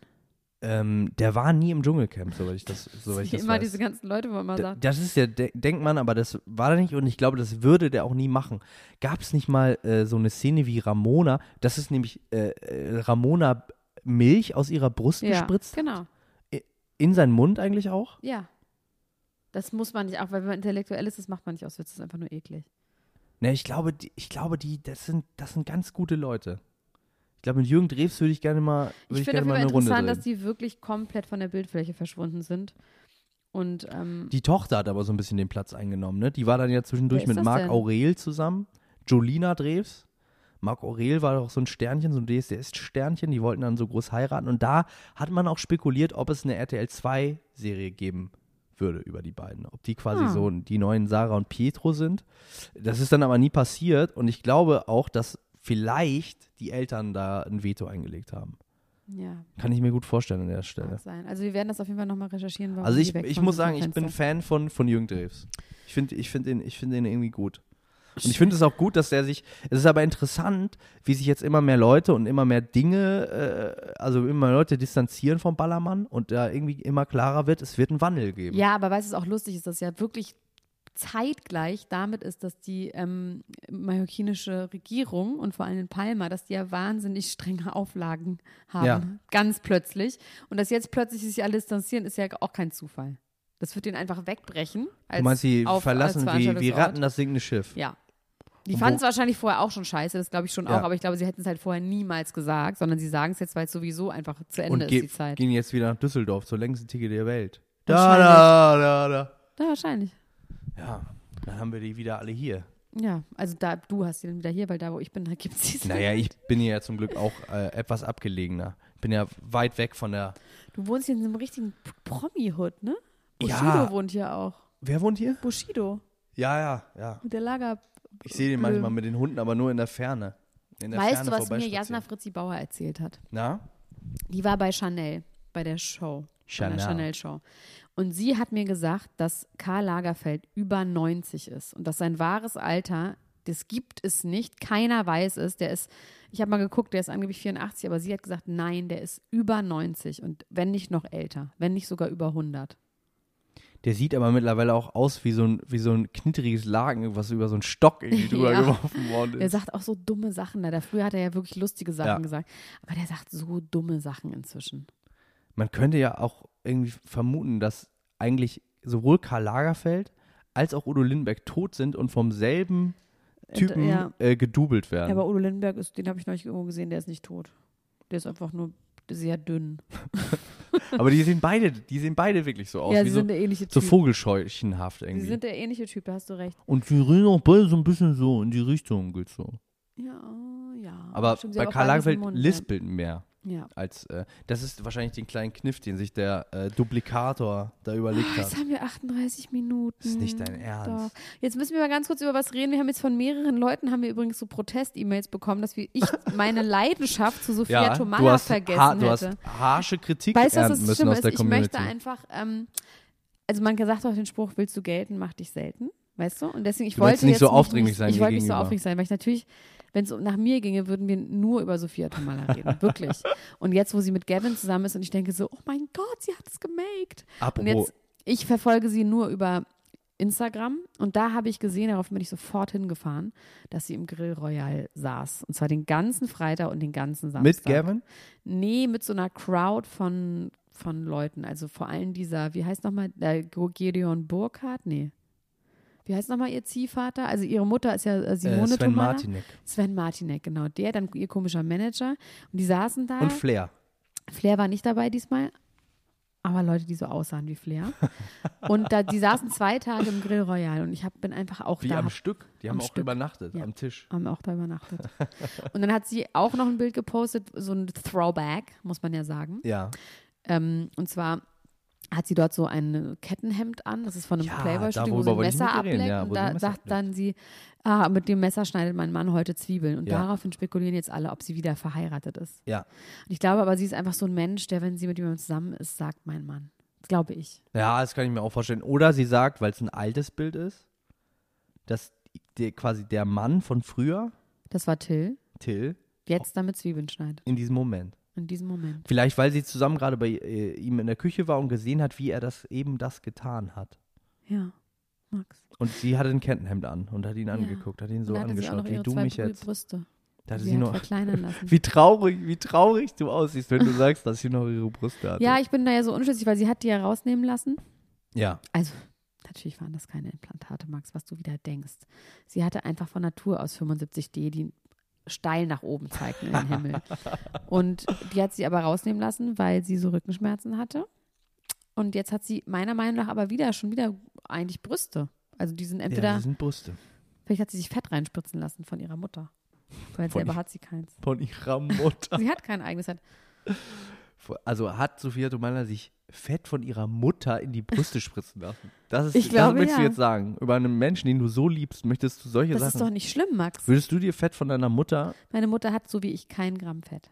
[SPEAKER 3] Ähm, der war nie im Dschungelcamp, soweit ich das, soweit ich
[SPEAKER 1] Wie
[SPEAKER 3] das
[SPEAKER 1] immer
[SPEAKER 3] weiß.
[SPEAKER 1] diese ganzen Leute, wo man mal
[SPEAKER 3] D-
[SPEAKER 1] sagt,
[SPEAKER 3] Das ist ja, de denkt man, aber das war er nicht und ich glaube, das würde der auch nie machen. Gab es nicht mal äh, so eine Szene wie Ramona, das ist nämlich äh, äh, Ramona Milch aus ihrer Brust
[SPEAKER 1] ja,
[SPEAKER 3] gespritzt,
[SPEAKER 1] genau.
[SPEAKER 3] in seinen Mund eigentlich auch?
[SPEAKER 1] Ja. Das muss man nicht, auch weil wenn man intellektuell ist, das macht man nicht aus Witz, das ist einfach nur eklig.
[SPEAKER 3] Ne, ich glaube, die, ich glaube, die, das sind, das sind ganz gute Leute. Ich glaube, mit Jürgen Drews würde ich gerne mal, würde
[SPEAKER 1] Ich
[SPEAKER 3] ich
[SPEAKER 1] finde
[SPEAKER 3] gerne
[SPEAKER 1] auf
[SPEAKER 3] mal
[SPEAKER 1] jeden Fall
[SPEAKER 3] eine Runde drehen.
[SPEAKER 1] interessant, dass die wirklich komplett von der Bildfläche verschwunden sind. Und ähm,
[SPEAKER 3] Die Tochter hat aber so ein bisschen den Platz eingenommen, ne? Die war dann ja zwischendurch
[SPEAKER 1] Wer ist
[SPEAKER 3] mit
[SPEAKER 1] das
[SPEAKER 3] Marc
[SPEAKER 1] denn?
[SPEAKER 3] Aurel zusammen, Jolina Drews. Marc Aurel war doch so ein Sternchen, so ein DSDS-Sternchen, die wollten dann so groß heiraten. Und da hat man auch spekuliert, ob es eine RTL 2-Serie geben würde über die beiden. Ob die quasi
[SPEAKER 1] Ah.
[SPEAKER 3] so die neuen Sarah und Pietro sind. Das ist dann aber nie passiert und ich glaube auch, dass vielleicht die Eltern da ein Veto eingelegt haben.
[SPEAKER 1] ja,
[SPEAKER 3] Kann ich mir gut vorstellen an der Stelle.
[SPEAKER 1] mag sein. Also wir werden das auf jeden Fall nochmal recherchieren. Warum
[SPEAKER 3] Also
[SPEAKER 1] die
[SPEAKER 3] ich,
[SPEAKER 1] weg
[SPEAKER 3] ich
[SPEAKER 1] vom
[SPEAKER 3] muss sagen, ich
[SPEAKER 1] Fenster.
[SPEAKER 3] bin Fan von, von Jürgen Drews. Ich finde ich find den, ich find den irgendwie gut. Und ich finde es auch gut, dass der sich. Es ist aber interessant, wie sich jetzt immer mehr Leute und immer mehr Dinge, äh, also immer mehr Leute distanzieren vom Ballermann und da irgendwie immer klarer wird, es wird einen Wandel geben.
[SPEAKER 1] Ja, aber weißt du, was auch lustig ist, dass ja wirklich zeitgleich damit ist, dass die ähm, mallorquinische Regierung und vor allem in Palma, dass die ja wahnsinnig strenge Auflagen haben.
[SPEAKER 3] Ja.
[SPEAKER 1] Ganz plötzlich. Und dass jetzt plötzlich sich alle distanzieren, ist ja auch kein Zufall. Das wird denen einfach wegbrechen. Als,
[SPEAKER 3] du meinst, sie
[SPEAKER 1] auf-
[SPEAKER 3] verlassen
[SPEAKER 1] als
[SPEAKER 3] wie, wie
[SPEAKER 1] Veranstaltungsort.
[SPEAKER 3] Ratten das sinkende Schiff.
[SPEAKER 1] Ja. Die
[SPEAKER 3] Und
[SPEAKER 1] fanden
[SPEAKER 3] wo-
[SPEAKER 1] es wahrscheinlich vorher auch schon scheiße, das glaube ich schon
[SPEAKER 3] Ja.
[SPEAKER 1] auch, aber ich glaube, sie hätten es halt vorher niemals gesagt, sondern sie sagen es jetzt, weil es sowieso einfach zu Ende
[SPEAKER 3] und
[SPEAKER 1] ist,
[SPEAKER 3] ge
[SPEAKER 1] die Zeit.
[SPEAKER 3] gehen jetzt wieder nach Düsseldorf, zur längsten Ticket der Welt. Da,
[SPEAKER 1] Wahrscheinlich.
[SPEAKER 3] da, da, da.
[SPEAKER 1] Ja, wahrscheinlich.
[SPEAKER 3] Ja, dann haben wir die wieder alle hier.
[SPEAKER 1] Ja, also da, du hast sie dann wieder hier, weil da, wo ich bin, da gibt es sie.
[SPEAKER 3] Naja, ich bin ja zum Glück auch äh, etwas abgelegener. Ich bin ja weit weg von der.
[SPEAKER 1] Du wohnst hier in so einem richtigen P- Promi-Hood, ne? Bushido
[SPEAKER 3] Ja.
[SPEAKER 1] wohnt hier auch.
[SPEAKER 3] Wer wohnt hier?
[SPEAKER 1] Bushido
[SPEAKER 3] Ja, ja, ja.
[SPEAKER 1] mit der Lager.
[SPEAKER 3] Ich sehe den
[SPEAKER 1] Blö.
[SPEAKER 3] manchmal mit den Hunden, aber nur in der Ferne. In der
[SPEAKER 1] Weißt du,
[SPEAKER 3] Ferne
[SPEAKER 1] was mir Jasna
[SPEAKER 3] vorbeispazieren.
[SPEAKER 1] Fritzi Bauer erzählt hat?
[SPEAKER 3] Na?
[SPEAKER 1] Die war bei Chanel, bei der Show. Chanel.
[SPEAKER 3] Chanel.
[SPEAKER 1] Der Chanel Show. Und sie hat mir gesagt, dass Karl Lagerfeld über 90 ist und dass sein wahres Alter, das gibt es nicht, keiner weiß es. Der ist, ich habe mal geguckt, der ist angeblich 84, aber sie hat gesagt, nein, der ist über 90 und wenn nicht noch älter, wenn nicht sogar über 100.
[SPEAKER 3] Der sieht aber mittlerweile auch aus wie so ein, wie so ein knitteriges Laken, was über so einen Stock irgendwie drüber
[SPEAKER 1] Ja.
[SPEAKER 3] geworfen worden
[SPEAKER 1] Der
[SPEAKER 3] ist.
[SPEAKER 1] sagt auch so dumme Sachen. Da, da früher hat er ja wirklich lustige Sachen
[SPEAKER 3] Ja.
[SPEAKER 1] gesagt. Aber der sagt so dumme Sachen inzwischen.
[SPEAKER 3] Man könnte ja auch irgendwie vermuten, dass eigentlich sowohl Karl Lagerfeld als auch Udo Lindenberg tot sind und vom selben Typen
[SPEAKER 1] ja.
[SPEAKER 3] äh, gedubelt werden.
[SPEAKER 1] Udo Lindenberg, ist, den habe ich neulich irgendwo gesehen, der ist nicht tot. Der ist einfach nur sehr dünn.
[SPEAKER 3] aber die sehen beide, die sehen beide wirklich so aus.
[SPEAKER 1] ja,
[SPEAKER 3] wie
[SPEAKER 1] sie
[SPEAKER 3] so,
[SPEAKER 1] sind der ähnliche
[SPEAKER 3] so
[SPEAKER 1] Typ.
[SPEAKER 3] vogelscheuchenhaft
[SPEAKER 1] sie
[SPEAKER 3] irgendwie.
[SPEAKER 1] Hm. sind der ähnliche Typ, da hast du recht.
[SPEAKER 3] und die reden auch beide so ein bisschen so in die Richtung, geht's so.
[SPEAKER 1] Ja, ja.
[SPEAKER 3] Aber
[SPEAKER 1] Stimmt, sie
[SPEAKER 3] bei
[SPEAKER 1] haben auch
[SPEAKER 3] Karl
[SPEAKER 1] beides einen
[SPEAKER 3] Lagerfeld
[SPEAKER 1] Mund, ne?
[SPEAKER 3] lispelt mehr
[SPEAKER 1] Ja.
[SPEAKER 3] als äh, das ist wahrscheinlich den kleinen Kniff, den sich der äh, Duplikator da überlegt hat.
[SPEAKER 1] Ah, Jetzt haben wir 38 Minuten.
[SPEAKER 3] Das ist nicht dein Ernst.
[SPEAKER 1] Doch. Jetzt müssen wir mal ganz kurz über was reden. Wir haben jetzt von mehreren Leuten haben wir übrigens so Protest-E-Mails bekommen, dass wir, ich meine Leidenschaft zu Sophia
[SPEAKER 3] Ja,
[SPEAKER 1] Tomala
[SPEAKER 3] du hast,
[SPEAKER 1] vergessen
[SPEAKER 3] ha du
[SPEAKER 1] hätte.
[SPEAKER 3] hast harsche Kritik
[SPEAKER 1] Weißt du, was
[SPEAKER 3] ernten
[SPEAKER 1] das
[SPEAKER 3] müssen
[SPEAKER 1] Schlimme
[SPEAKER 3] aus
[SPEAKER 1] ist?
[SPEAKER 3] der
[SPEAKER 1] Ich
[SPEAKER 3] Community.
[SPEAKER 1] möchte einfach, ähm, also man sagt auch den Spruch, willst du gelten, mach dich selten, weißt du? Und deswegen, ich
[SPEAKER 3] Du
[SPEAKER 1] wollte
[SPEAKER 3] wolltest nicht
[SPEAKER 1] jetzt
[SPEAKER 3] so aufdringlich sein
[SPEAKER 1] Ich
[SPEAKER 3] mir
[SPEAKER 1] wollte nicht so
[SPEAKER 3] gegenüber.
[SPEAKER 1] aufdringlich sein, weil ich natürlich, wenn es nach mir ginge, würden wir nur über Sophia Tomala reden, wirklich. Und jetzt, wo sie mit Gavin zusammen ist und ich denke so, oh mein Gott, sie hat es gemaked. Und
[SPEAKER 3] Apropos,
[SPEAKER 1] jetzt, ich verfolge sie nur über Instagram und da habe ich gesehen, darauf bin ich sofort hingefahren, dass sie im Grill Royal saß. Und zwar den ganzen Freitag und den ganzen Samstag.
[SPEAKER 3] mit Gavin?
[SPEAKER 1] Nee, mit so einer Crowd von, von Leuten. Also vor allem dieser, wie heißt nochmal, der Gedeon Burkhardt? Nee. Wie heißt nochmal ihr Ziehvater? Also ihre Mutter ist ja äh,
[SPEAKER 3] Äh,
[SPEAKER 1] Simone
[SPEAKER 3] Sven
[SPEAKER 1] Tomala.
[SPEAKER 3] Martinek
[SPEAKER 1] Sven Martinek, genau. Der, dann ihr komischer Manager. Und die saßen da.
[SPEAKER 3] und Flair.
[SPEAKER 1] Flair war nicht dabei diesmal. Aber Leute, die so aussahen wie Flair. Und da, die saßen zwei Tage im Grill Royal und ich hab, bin einfach auch
[SPEAKER 3] Wie
[SPEAKER 1] da.
[SPEAKER 3] am
[SPEAKER 1] hab
[SPEAKER 3] Stück. Die haben
[SPEAKER 1] am
[SPEAKER 3] auch
[SPEAKER 1] Stück.
[SPEAKER 3] übernachtet
[SPEAKER 1] Ja.
[SPEAKER 3] am Tisch.
[SPEAKER 1] haben auch da übernachtet. Und dann hat sie auch noch ein Bild gepostet, so ein Throwback, muss man ja sagen.
[SPEAKER 3] Ja.
[SPEAKER 1] Ähm, und zwar hat sie dort so ein Kettenhemd an, das ist von einem
[SPEAKER 3] Ja,
[SPEAKER 1] Playboy-Studio, wo
[SPEAKER 3] darüber
[SPEAKER 1] sie ein Messer
[SPEAKER 3] wollte ich mit dir
[SPEAKER 1] ableckt
[SPEAKER 3] reden, ja,
[SPEAKER 1] und
[SPEAKER 3] wo sie ein
[SPEAKER 1] da
[SPEAKER 3] Messer
[SPEAKER 1] sagt dann sie, ah, mit dem Messer schneidet mein Mann heute Zwiebeln und
[SPEAKER 3] Ja.
[SPEAKER 1] daraufhin spekulieren jetzt alle, ob sie wieder verheiratet ist.
[SPEAKER 3] Ja.
[SPEAKER 1] Und ich glaube aber, sie ist einfach so ein Mensch, der, wenn sie mit jemandem zusammen ist, sagt mein Mann. Das glaube ich.
[SPEAKER 3] Ja, das kann ich mir auch vorstellen. Oder sie sagt, weil es ein altes Bild ist, dass der, quasi der Mann von früher,
[SPEAKER 1] Das war Till,
[SPEAKER 3] Till,
[SPEAKER 1] jetzt damit Zwiebeln schneidet.
[SPEAKER 3] in diesem Moment.
[SPEAKER 1] in diesem Moment.
[SPEAKER 3] Vielleicht, weil sie zusammen gerade bei äh, ihm in der Küche war und gesehen hat, wie er das eben das getan hat.
[SPEAKER 1] Ja, Max.
[SPEAKER 3] Und sie hatte ein Kettenhemd an und hat ihn angeguckt, hat ihn so
[SPEAKER 1] Und da hatte sie auch
[SPEAKER 3] angeschaut,
[SPEAKER 1] noch
[SPEAKER 3] wie
[SPEAKER 1] ihre
[SPEAKER 3] du
[SPEAKER 1] zwei
[SPEAKER 3] mich
[SPEAKER 1] Brü-
[SPEAKER 3] jetzt.
[SPEAKER 1] Brüste.
[SPEAKER 3] Da hatte
[SPEAKER 1] die
[SPEAKER 3] sie
[SPEAKER 1] hat
[SPEAKER 3] nur,
[SPEAKER 1] verkleinern lassen.
[SPEAKER 3] wie traurig, wie traurig du aussiehst, wenn du sagst, dass sie noch ihre Brüste hatte.
[SPEAKER 1] ja, ich bin da ja so unschlüssig, weil sie hat die ja rausnehmen lassen.
[SPEAKER 3] ja.
[SPEAKER 1] Also, natürlich waren das keine Implantate, Max, was du wieder denkst. Sie hatte einfach von Natur aus 75D, die steil nach oben zeigten in den Himmel. Und die hat sie aber rausnehmen lassen, weil sie so Rückenschmerzen hatte. Und jetzt hat sie meiner Meinung nach aber wieder schon wieder eigentlich Brüste. Also die sind entweder,
[SPEAKER 3] ja, das sind Brüste.
[SPEAKER 1] vielleicht hat sie sich Fett reinspritzen lassen von ihrer Mutter. Weil
[SPEAKER 3] Von
[SPEAKER 1] selber
[SPEAKER 3] ihr-
[SPEAKER 1] hat sie keins.
[SPEAKER 3] Von ihrer Mutter.
[SPEAKER 1] Sie hat kein eigenes Fett.
[SPEAKER 3] Also hat Sophia Tomala sich Fett von ihrer Mutter in die Brüste spritzen lassen. Das ist,
[SPEAKER 1] Ich
[SPEAKER 3] das
[SPEAKER 1] glaube,
[SPEAKER 3] willst du
[SPEAKER 1] ja.
[SPEAKER 3] jetzt sagen. Über einen Menschen, den du so liebst, möchtest du solche
[SPEAKER 1] Das ist doch
[SPEAKER 3] Sachen.
[SPEAKER 1] nicht schlimm, Max.
[SPEAKER 3] Würdest du dir Fett von deiner Mutter,
[SPEAKER 1] Meine Mutter hat so wie ich kein Gramm Fett.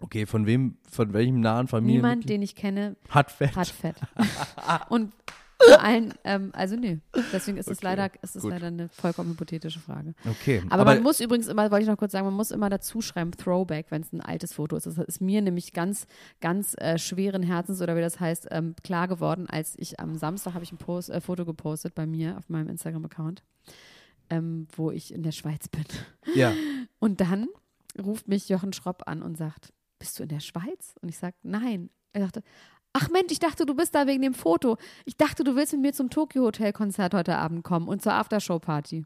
[SPEAKER 3] okay, von wem, von welchem nahen Familienmitglied
[SPEAKER 1] Niemand, den ich kenne,
[SPEAKER 3] hat Fett?
[SPEAKER 1] hat Fett. Und vor allem, ähm, also nö. Deswegen ist es
[SPEAKER 3] Okay,
[SPEAKER 1] leider, ist es
[SPEAKER 3] gut.
[SPEAKER 1] leider eine vollkommen hypothetische Frage.
[SPEAKER 3] Okay,
[SPEAKER 1] Aber, man muss übrigens immer, wollte ich noch kurz sagen, man muss immer dazu schreiben, Throwback, wenn es ein altes Foto ist. Das ist mir nämlich ganz, ganz äh, schweren Herzens oder wie das heißt, ähm, klar geworden, als ich am Samstag habe ich ein Post, äh, Foto gepostet bei mir auf meinem Instagram-Account, ähm, wo ich in der Schweiz bin.
[SPEAKER 3] ja.
[SPEAKER 1] Und dann ruft mich Jochen Schropp an und sagt, bist du in der Schweiz? Und ich sage, nein. Er sagte, ach Mensch, ich dachte, du bist da wegen dem Foto. Ich dachte, du willst mit mir zum Tokyo Hotel Konzert heute Abend kommen und zur Aftershow Party.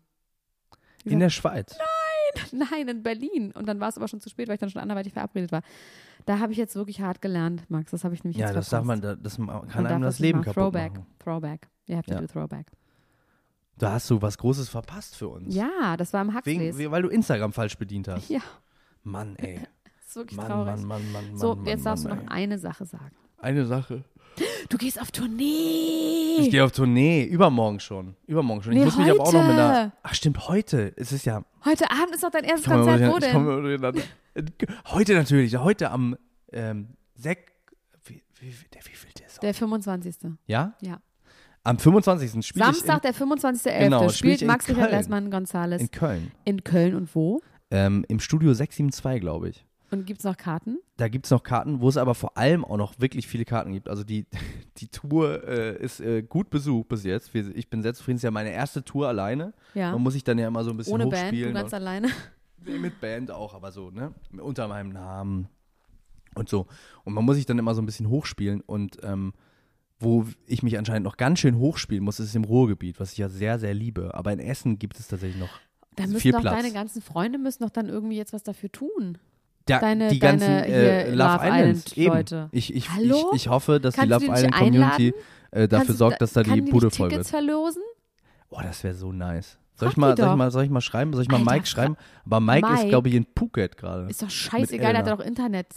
[SPEAKER 3] In der Schweiz.
[SPEAKER 1] Nein, in Berlin. Und dann war es aber schon zu spät, weil ich dann schon anderweitig verabredet war. Da habe ich jetzt wirklich hart gelernt, Max. Das habe ich nämlich
[SPEAKER 3] Ja,
[SPEAKER 1] jetzt
[SPEAKER 3] das sagt
[SPEAKER 1] verpasst.
[SPEAKER 3] man, da- das ma-
[SPEAKER 1] Man
[SPEAKER 3] kann
[SPEAKER 1] darf
[SPEAKER 3] einem das Leben
[SPEAKER 1] nicht machen.
[SPEAKER 3] kaputt
[SPEAKER 1] Throwback,
[SPEAKER 3] machen.
[SPEAKER 1] Throwback. You have to
[SPEAKER 3] Ja.
[SPEAKER 1] do Throwback.
[SPEAKER 3] Da hast du was Großes verpasst für uns.
[SPEAKER 1] Ja, das war im
[SPEAKER 3] Wegen,
[SPEAKER 1] Huxleys.
[SPEAKER 3] we- weil du Instagram falsch bedient hast.
[SPEAKER 1] ja,
[SPEAKER 3] Mann, ey.
[SPEAKER 1] das ist wirklich
[SPEAKER 3] Mann,
[SPEAKER 1] traurig.
[SPEAKER 3] Mann, Mann, Mann, Mann.
[SPEAKER 1] so,
[SPEAKER 3] Mann,
[SPEAKER 1] jetzt
[SPEAKER 3] Mann,
[SPEAKER 1] darfst du
[SPEAKER 3] ey.
[SPEAKER 1] noch eine Sache sagen.
[SPEAKER 3] Eine Sache.
[SPEAKER 1] Du gehst auf Tournee.
[SPEAKER 3] Ich gehe auf Tournee. Übermorgen schon. Übermorgen schon. Ich
[SPEAKER 1] Nee,
[SPEAKER 3] muss mich aber auch noch mit einer.
[SPEAKER 1] heute.
[SPEAKER 3] Ach, stimmt, heute. Es ist ja.
[SPEAKER 1] Heute Abend ist doch dein erstes
[SPEAKER 3] Komm mal
[SPEAKER 1] Konzert,
[SPEAKER 3] durcheinander-
[SPEAKER 1] wo
[SPEAKER 3] ich
[SPEAKER 1] denn?
[SPEAKER 3] komme durcheinander. Heute natürlich. Heute am ähm, Sek. Wie, wie, der, wie viel der ist?
[SPEAKER 1] Der 25.
[SPEAKER 3] ja?
[SPEAKER 1] Ja.
[SPEAKER 3] Am 25. spiele ich
[SPEAKER 1] Samstag, der 25.11.
[SPEAKER 3] Genau, spiel
[SPEAKER 1] spielt
[SPEAKER 3] ich in
[SPEAKER 1] Max Richard
[SPEAKER 3] Köln.
[SPEAKER 1] Lessmann Gonzales
[SPEAKER 3] in, in
[SPEAKER 1] in,
[SPEAKER 3] Köln.
[SPEAKER 1] Köln und wo?
[SPEAKER 3] Ähm, Im Studio 672, glaube ich.
[SPEAKER 1] Und gibt's noch Karten?
[SPEAKER 3] Da gibt es noch Karten, wo es aber vor allem auch noch wirklich viele Karten gibt. Also die, die Tour äh, ist äh, gut besucht bis jetzt. Wir- Ich bin sehr zufrieden. Es ist ja meine erste Tour alleine.
[SPEAKER 1] Ja.
[SPEAKER 3] Man muss sich dann ja immer so ein bisschen
[SPEAKER 1] Ohne Band, du
[SPEAKER 3] hochspielen.
[SPEAKER 1] ganz alleine.
[SPEAKER 3] und, mit Band auch, aber so, ne? Unter meinem Namen und so. Und man muss sich dann immer so ein bisschen hochspielen. Und ähm, wo ich mich anscheinend noch ganz schön hochspielen muss, ist im Ruhrgebiet, was ich ja sehr, sehr liebe. Aber in Essen gibt es tatsächlich noch
[SPEAKER 1] Da
[SPEAKER 3] viel
[SPEAKER 1] müssen doch
[SPEAKER 3] Platz.
[SPEAKER 1] deine ganzen Freunde müssen doch dann irgendwie jetzt was dafür tun.
[SPEAKER 3] Da-
[SPEAKER 1] Deine-
[SPEAKER 3] die ganzen
[SPEAKER 1] deine
[SPEAKER 3] äh,
[SPEAKER 1] hier
[SPEAKER 3] Love
[SPEAKER 1] Love
[SPEAKER 3] Island
[SPEAKER 1] Island Leute.
[SPEAKER 3] Ich, ich,
[SPEAKER 1] Hallo?
[SPEAKER 3] Ich, ich hoffe, dass
[SPEAKER 1] Kannst
[SPEAKER 3] die
[SPEAKER 1] du die
[SPEAKER 3] Love
[SPEAKER 1] nicht
[SPEAKER 3] Island Community äh, dafür
[SPEAKER 1] Kannst du-
[SPEAKER 3] sorgt, dass da
[SPEAKER 1] kann
[SPEAKER 3] die Bude
[SPEAKER 1] nicht
[SPEAKER 3] voll
[SPEAKER 1] Tickets
[SPEAKER 3] wird.
[SPEAKER 1] verlosen?
[SPEAKER 3] Oh, das wäre so nice. Soll ich,
[SPEAKER 1] Frag
[SPEAKER 3] mal,
[SPEAKER 1] die
[SPEAKER 3] soll, ich
[SPEAKER 1] doch.
[SPEAKER 3] mal, soll ich mal schreiben? Soll ich mal
[SPEAKER 1] Alter,
[SPEAKER 3] Mike schreiben? Aber Mike, ist,
[SPEAKER 1] Mike-
[SPEAKER 3] glaube ich, in Phuket gerade.
[SPEAKER 1] Ist doch scheißegal, der hat
[SPEAKER 3] Elena.
[SPEAKER 1] doch Internet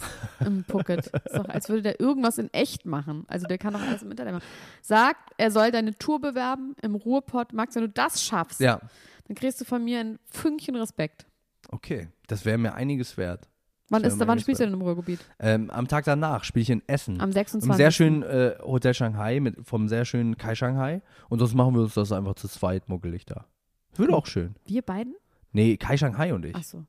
[SPEAKER 1] im Pocket. Ist doch, als würde der irgendwas in echt machen. Also der kann doch alles im Internet machen. Sagt, er soll deine Tour bewerben im Ruhrpott. Max, wenn du das schaffst,
[SPEAKER 3] Ja,
[SPEAKER 1] dann kriegst du von mir ein Fünkchen Respekt.
[SPEAKER 3] okay. Das wäre mir einiges wert.
[SPEAKER 1] Wann,
[SPEAKER 3] Das wär
[SPEAKER 1] ist,
[SPEAKER 3] mein
[SPEAKER 1] wann
[SPEAKER 3] nächster.
[SPEAKER 1] spielst du denn im Ruhrgebiet?
[SPEAKER 3] Ähm, am Tag danach spiele ich in Essen.
[SPEAKER 1] Am 26.
[SPEAKER 3] Im sehr schönen äh, Hotel Shanghai mit, vom sehr schönen Kai Shanghai. Und sonst machen wir uns das einfach zu zweit muckelig da. Würde auch schön.
[SPEAKER 1] Wir beiden?
[SPEAKER 3] Nee, Kai Shanghai und ich.
[SPEAKER 1] Achso.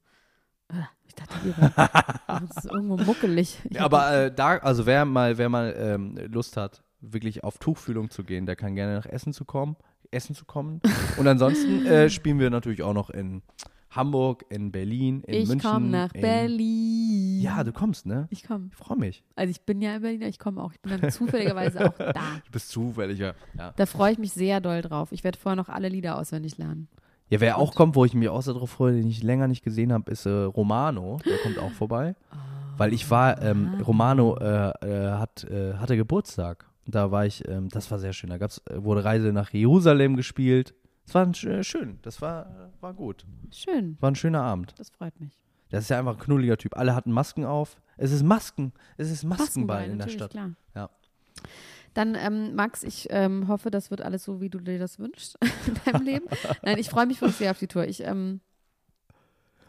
[SPEAKER 1] Ich dachte, wir beiden. Das ist irgendwo muckelig. Ich
[SPEAKER 3] Ja, aber äh, da, also wer mal, wer mal ähm, Lust hat, wirklich auf Tuchfühlung zu gehen, der kann gerne nach Essen zu kommen, Essen zu kommen. Und ansonsten äh, spielen wir natürlich auch noch in Hamburg, in Berlin, in
[SPEAKER 1] ich
[SPEAKER 3] München.
[SPEAKER 1] komme nach
[SPEAKER 3] in,
[SPEAKER 1] Berlin.
[SPEAKER 3] Ja, du kommst, ne?
[SPEAKER 1] Ich komme.
[SPEAKER 3] Ich freue mich.
[SPEAKER 1] Also ich bin ja in Berlin, aber ich komme auch. Ich bin dann zufälligerweise auch da.
[SPEAKER 3] Du bist zufällig, ja. Ja,
[SPEAKER 1] Da freue ich mich sehr doll drauf. Ich werde vorher noch alle Lieder auswendig lernen.
[SPEAKER 3] ja wer auch kommt, wo ich mich auch sehr drauf freue, den ich länger nicht gesehen habe, ist äh, Romano. Der kommt auch vorbei. Weil ich war, ähm, Romano äh, äh, hat, äh, hatte Geburtstag. Da war ich, ähm, das war sehr schön. Da gab's, äh, wurde Reise nach Jerusalem gespielt. Es war ein, sch- äh, schön, das war, äh, war gut.
[SPEAKER 1] Schön.
[SPEAKER 3] War ein schöner Abend.
[SPEAKER 1] Das freut mich.
[SPEAKER 3] Das ist ja einfach ein knulliger Typ. Alle hatten Masken auf. Es ist Masken. Es ist Maskenball in der
[SPEAKER 1] natürlich,
[SPEAKER 3] Stadt.
[SPEAKER 1] Klar.
[SPEAKER 3] Ja.
[SPEAKER 1] Dann, ähm, Max, ich ähm, hoffe, das wird alles so, wie du dir das wünschst in deinem Leben. Nein, ich freue mich wirklich sehr auf die Tour. Ich, ähm,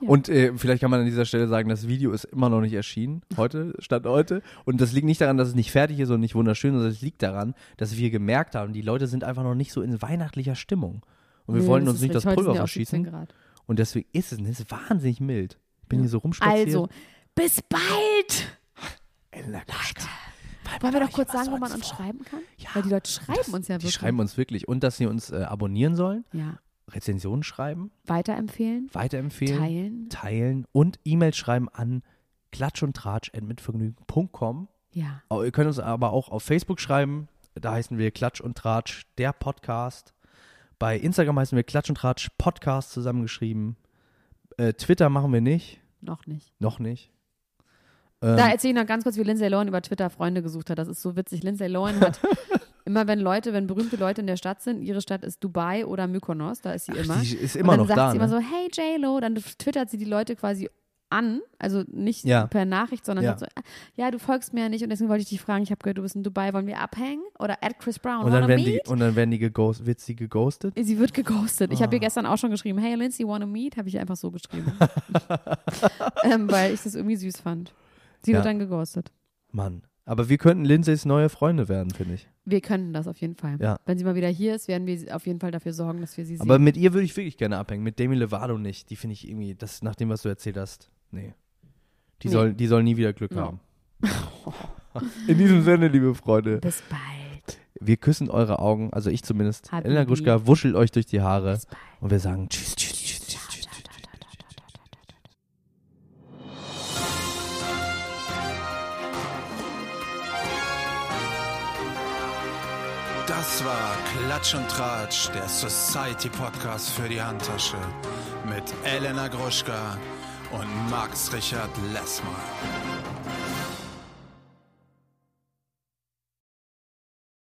[SPEAKER 1] Ja.
[SPEAKER 3] Und äh, vielleicht kann man an dieser Stelle sagen, das Video ist immer noch nicht erschienen, heute, statt heute. Und das liegt nicht daran, dass es nicht fertig ist und nicht wunderschön, sondern es liegt daran, dass wir gemerkt haben, die Leute sind einfach noch nicht so in weihnachtlicher Stimmung. Und wir
[SPEAKER 1] nee,
[SPEAKER 3] wollen
[SPEAKER 1] das
[SPEAKER 3] uns
[SPEAKER 1] ist
[SPEAKER 3] nicht das
[SPEAKER 1] richtig. Heute sind
[SPEAKER 3] Pulver
[SPEAKER 1] ja auch 17
[SPEAKER 3] verschießen.
[SPEAKER 1] Grad.
[SPEAKER 3] Und deswegen ist es, es ist wahnsinnig mild. Ich bin
[SPEAKER 1] Ja.
[SPEAKER 3] hier so rumspaziert.
[SPEAKER 1] Also, bis Also, bald!
[SPEAKER 3] Elena Gruschka.
[SPEAKER 1] Wollen wir doch
[SPEAKER 3] bei euch
[SPEAKER 1] kurz
[SPEAKER 3] immer
[SPEAKER 1] sagen, wo
[SPEAKER 3] so
[SPEAKER 1] man
[SPEAKER 3] ins
[SPEAKER 1] uns
[SPEAKER 3] Vor-
[SPEAKER 1] schreiben kann?
[SPEAKER 3] Ja.
[SPEAKER 1] Weil die Leute schreiben
[SPEAKER 3] Das-
[SPEAKER 1] uns ja
[SPEAKER 3] Die
[SPEAKER 1] wirklich.
[SPEAKER 3] schreiben uns wirklich. Und dass sie uns äh, abonnieren sollen,
[SPEAKER 1] ja.
[SPEAKER 3] Rezensionen schreiben,
[SPEAKER 1] Weiterempfehlen,
[SPEAKER 3] weiterempfehlen,
[SPEAKER 1] teilen.
[SPEAKER 3] teilen und E-Mails schreiben an klatsch und tratsch
[SPEAKER 1] Ja.
[SPEAKER 3] Oh, Ihr könnt uns aber auch auf Facebook schreiben. Da heißen wir Klatsch und Tratsch, der Podcast. Bei Instagram heißen wir Klatsch und Tratsch Podcast zusammengeschrieben. Äh, Twitter machen wir nicht.
[SPEAKER 1] Noch nicht.
[SPEAKER 3] Noch nicht. Ähm,
[SPEAKER 1] Da erzähle ich noch ganz kurz, wie Lindsay Lohan über Twitter Freunde gesucht hat. Das ist so witzig. Lindsay Lohan hat immer, wenn Leute, wenn berühmte Leute in der Stadt sind, ihre Stadt ist Dubai oder Mykonos, da ist sie immer.
[SPEAKER 3] die ist
[SPEAKER 1] und
[SPEAKER 3] immer
[SPEAKER 1] dann
[SPEAKER 3] noch
[SPEAKER 1] sagt
[SPEAKER 3] da.
[SPEAKER 1] sie
[SPEAKER 3] Ne?
[SPEAKER 1] immer so, hey J-Lo, dann twittert sie die Leute quasi an, also nicht
[SPEAKER 3] Ja.
[SPEAKER 1] per Nachricht, sondern
[SPEAKER 3] Ja.
[SPEAKER 1] sagt so, "Ah, ja, du folgst mir ja nicht und deswegen wollte ich dich fragen, ich habe gehört, du bist in Dubai, wollen wir abhängen? Oder at Chris Brown,
[SPEAKER 3] und, dann
[SPEAKER 1] wanna
[SPEAKER 3] werden die,
[SPEAKER 1] meet?
[SPEAKER 3] und dann werden die geghost, wird sie geghostet.
[SPEAKER 1] Sie wird geghostet. Ich habe
[SPEAKER 3] Ah.
[SPEAKER 1] ihr gestern auch schon geschrieben, hey Lindsay, wanna meet? Habe ich ihr einfach so geschrieben. ähm, weil ich das irgendwie süß fand. Sie
[SPEAKER 3] Ja.
[SPEAKER 1] wird dann geghostet.
[SPEAKER 3] Mann. Aber wir könnten Lindsays neue Freunde werden, finde ich.
[SPEAKER 1] Wir könnten das auf jeden Fall.
[SPEAKER 3] Ja.
[SPEAKER 1] Wenn sie mal wieder hier ist, werden wir sie- auf jeden Fall dafür sorgen, dass wir sie
[SPEAKER 3] Aber
[SPEAKER 1] sehen.
[SPEAKER 3] mit ihr würde ich wirklich gerne abhängen. Mit Demi Lovato nicht. Die finde ich irgendwie, das nach dem, was du erzählt hast, nee. Die,
[SPEAKER 1] Nee.
[SPEAKER 3] Soll, die soll nie wieder Glück
[SPEAKER 1] No.
[SPEAKER 3] haben. In diesem Sinne, liebe Freunde,
[SPEAKER 1] Bis bald.
[SPEAKER 3] wir küssen eure Augen, also ich zumindest.
[SPEAKER 1] Hatten
[SPEAKER 3] Elena
[SPEAKER 1] die.
[SPEAKER 3] Gruschka wuschelt euch durch die Haare
[SPEAKER 1] Bis bald.
[SPEAKER 3] und wir sagen Tschüss, tschüss, tschüss, tschüss, tschüss.
[SPEAKER 2] Das war Klatsch und Tratsch, der Society Podcast für die Handtasche mit Elena Gruschka und Max Richard Lessmann.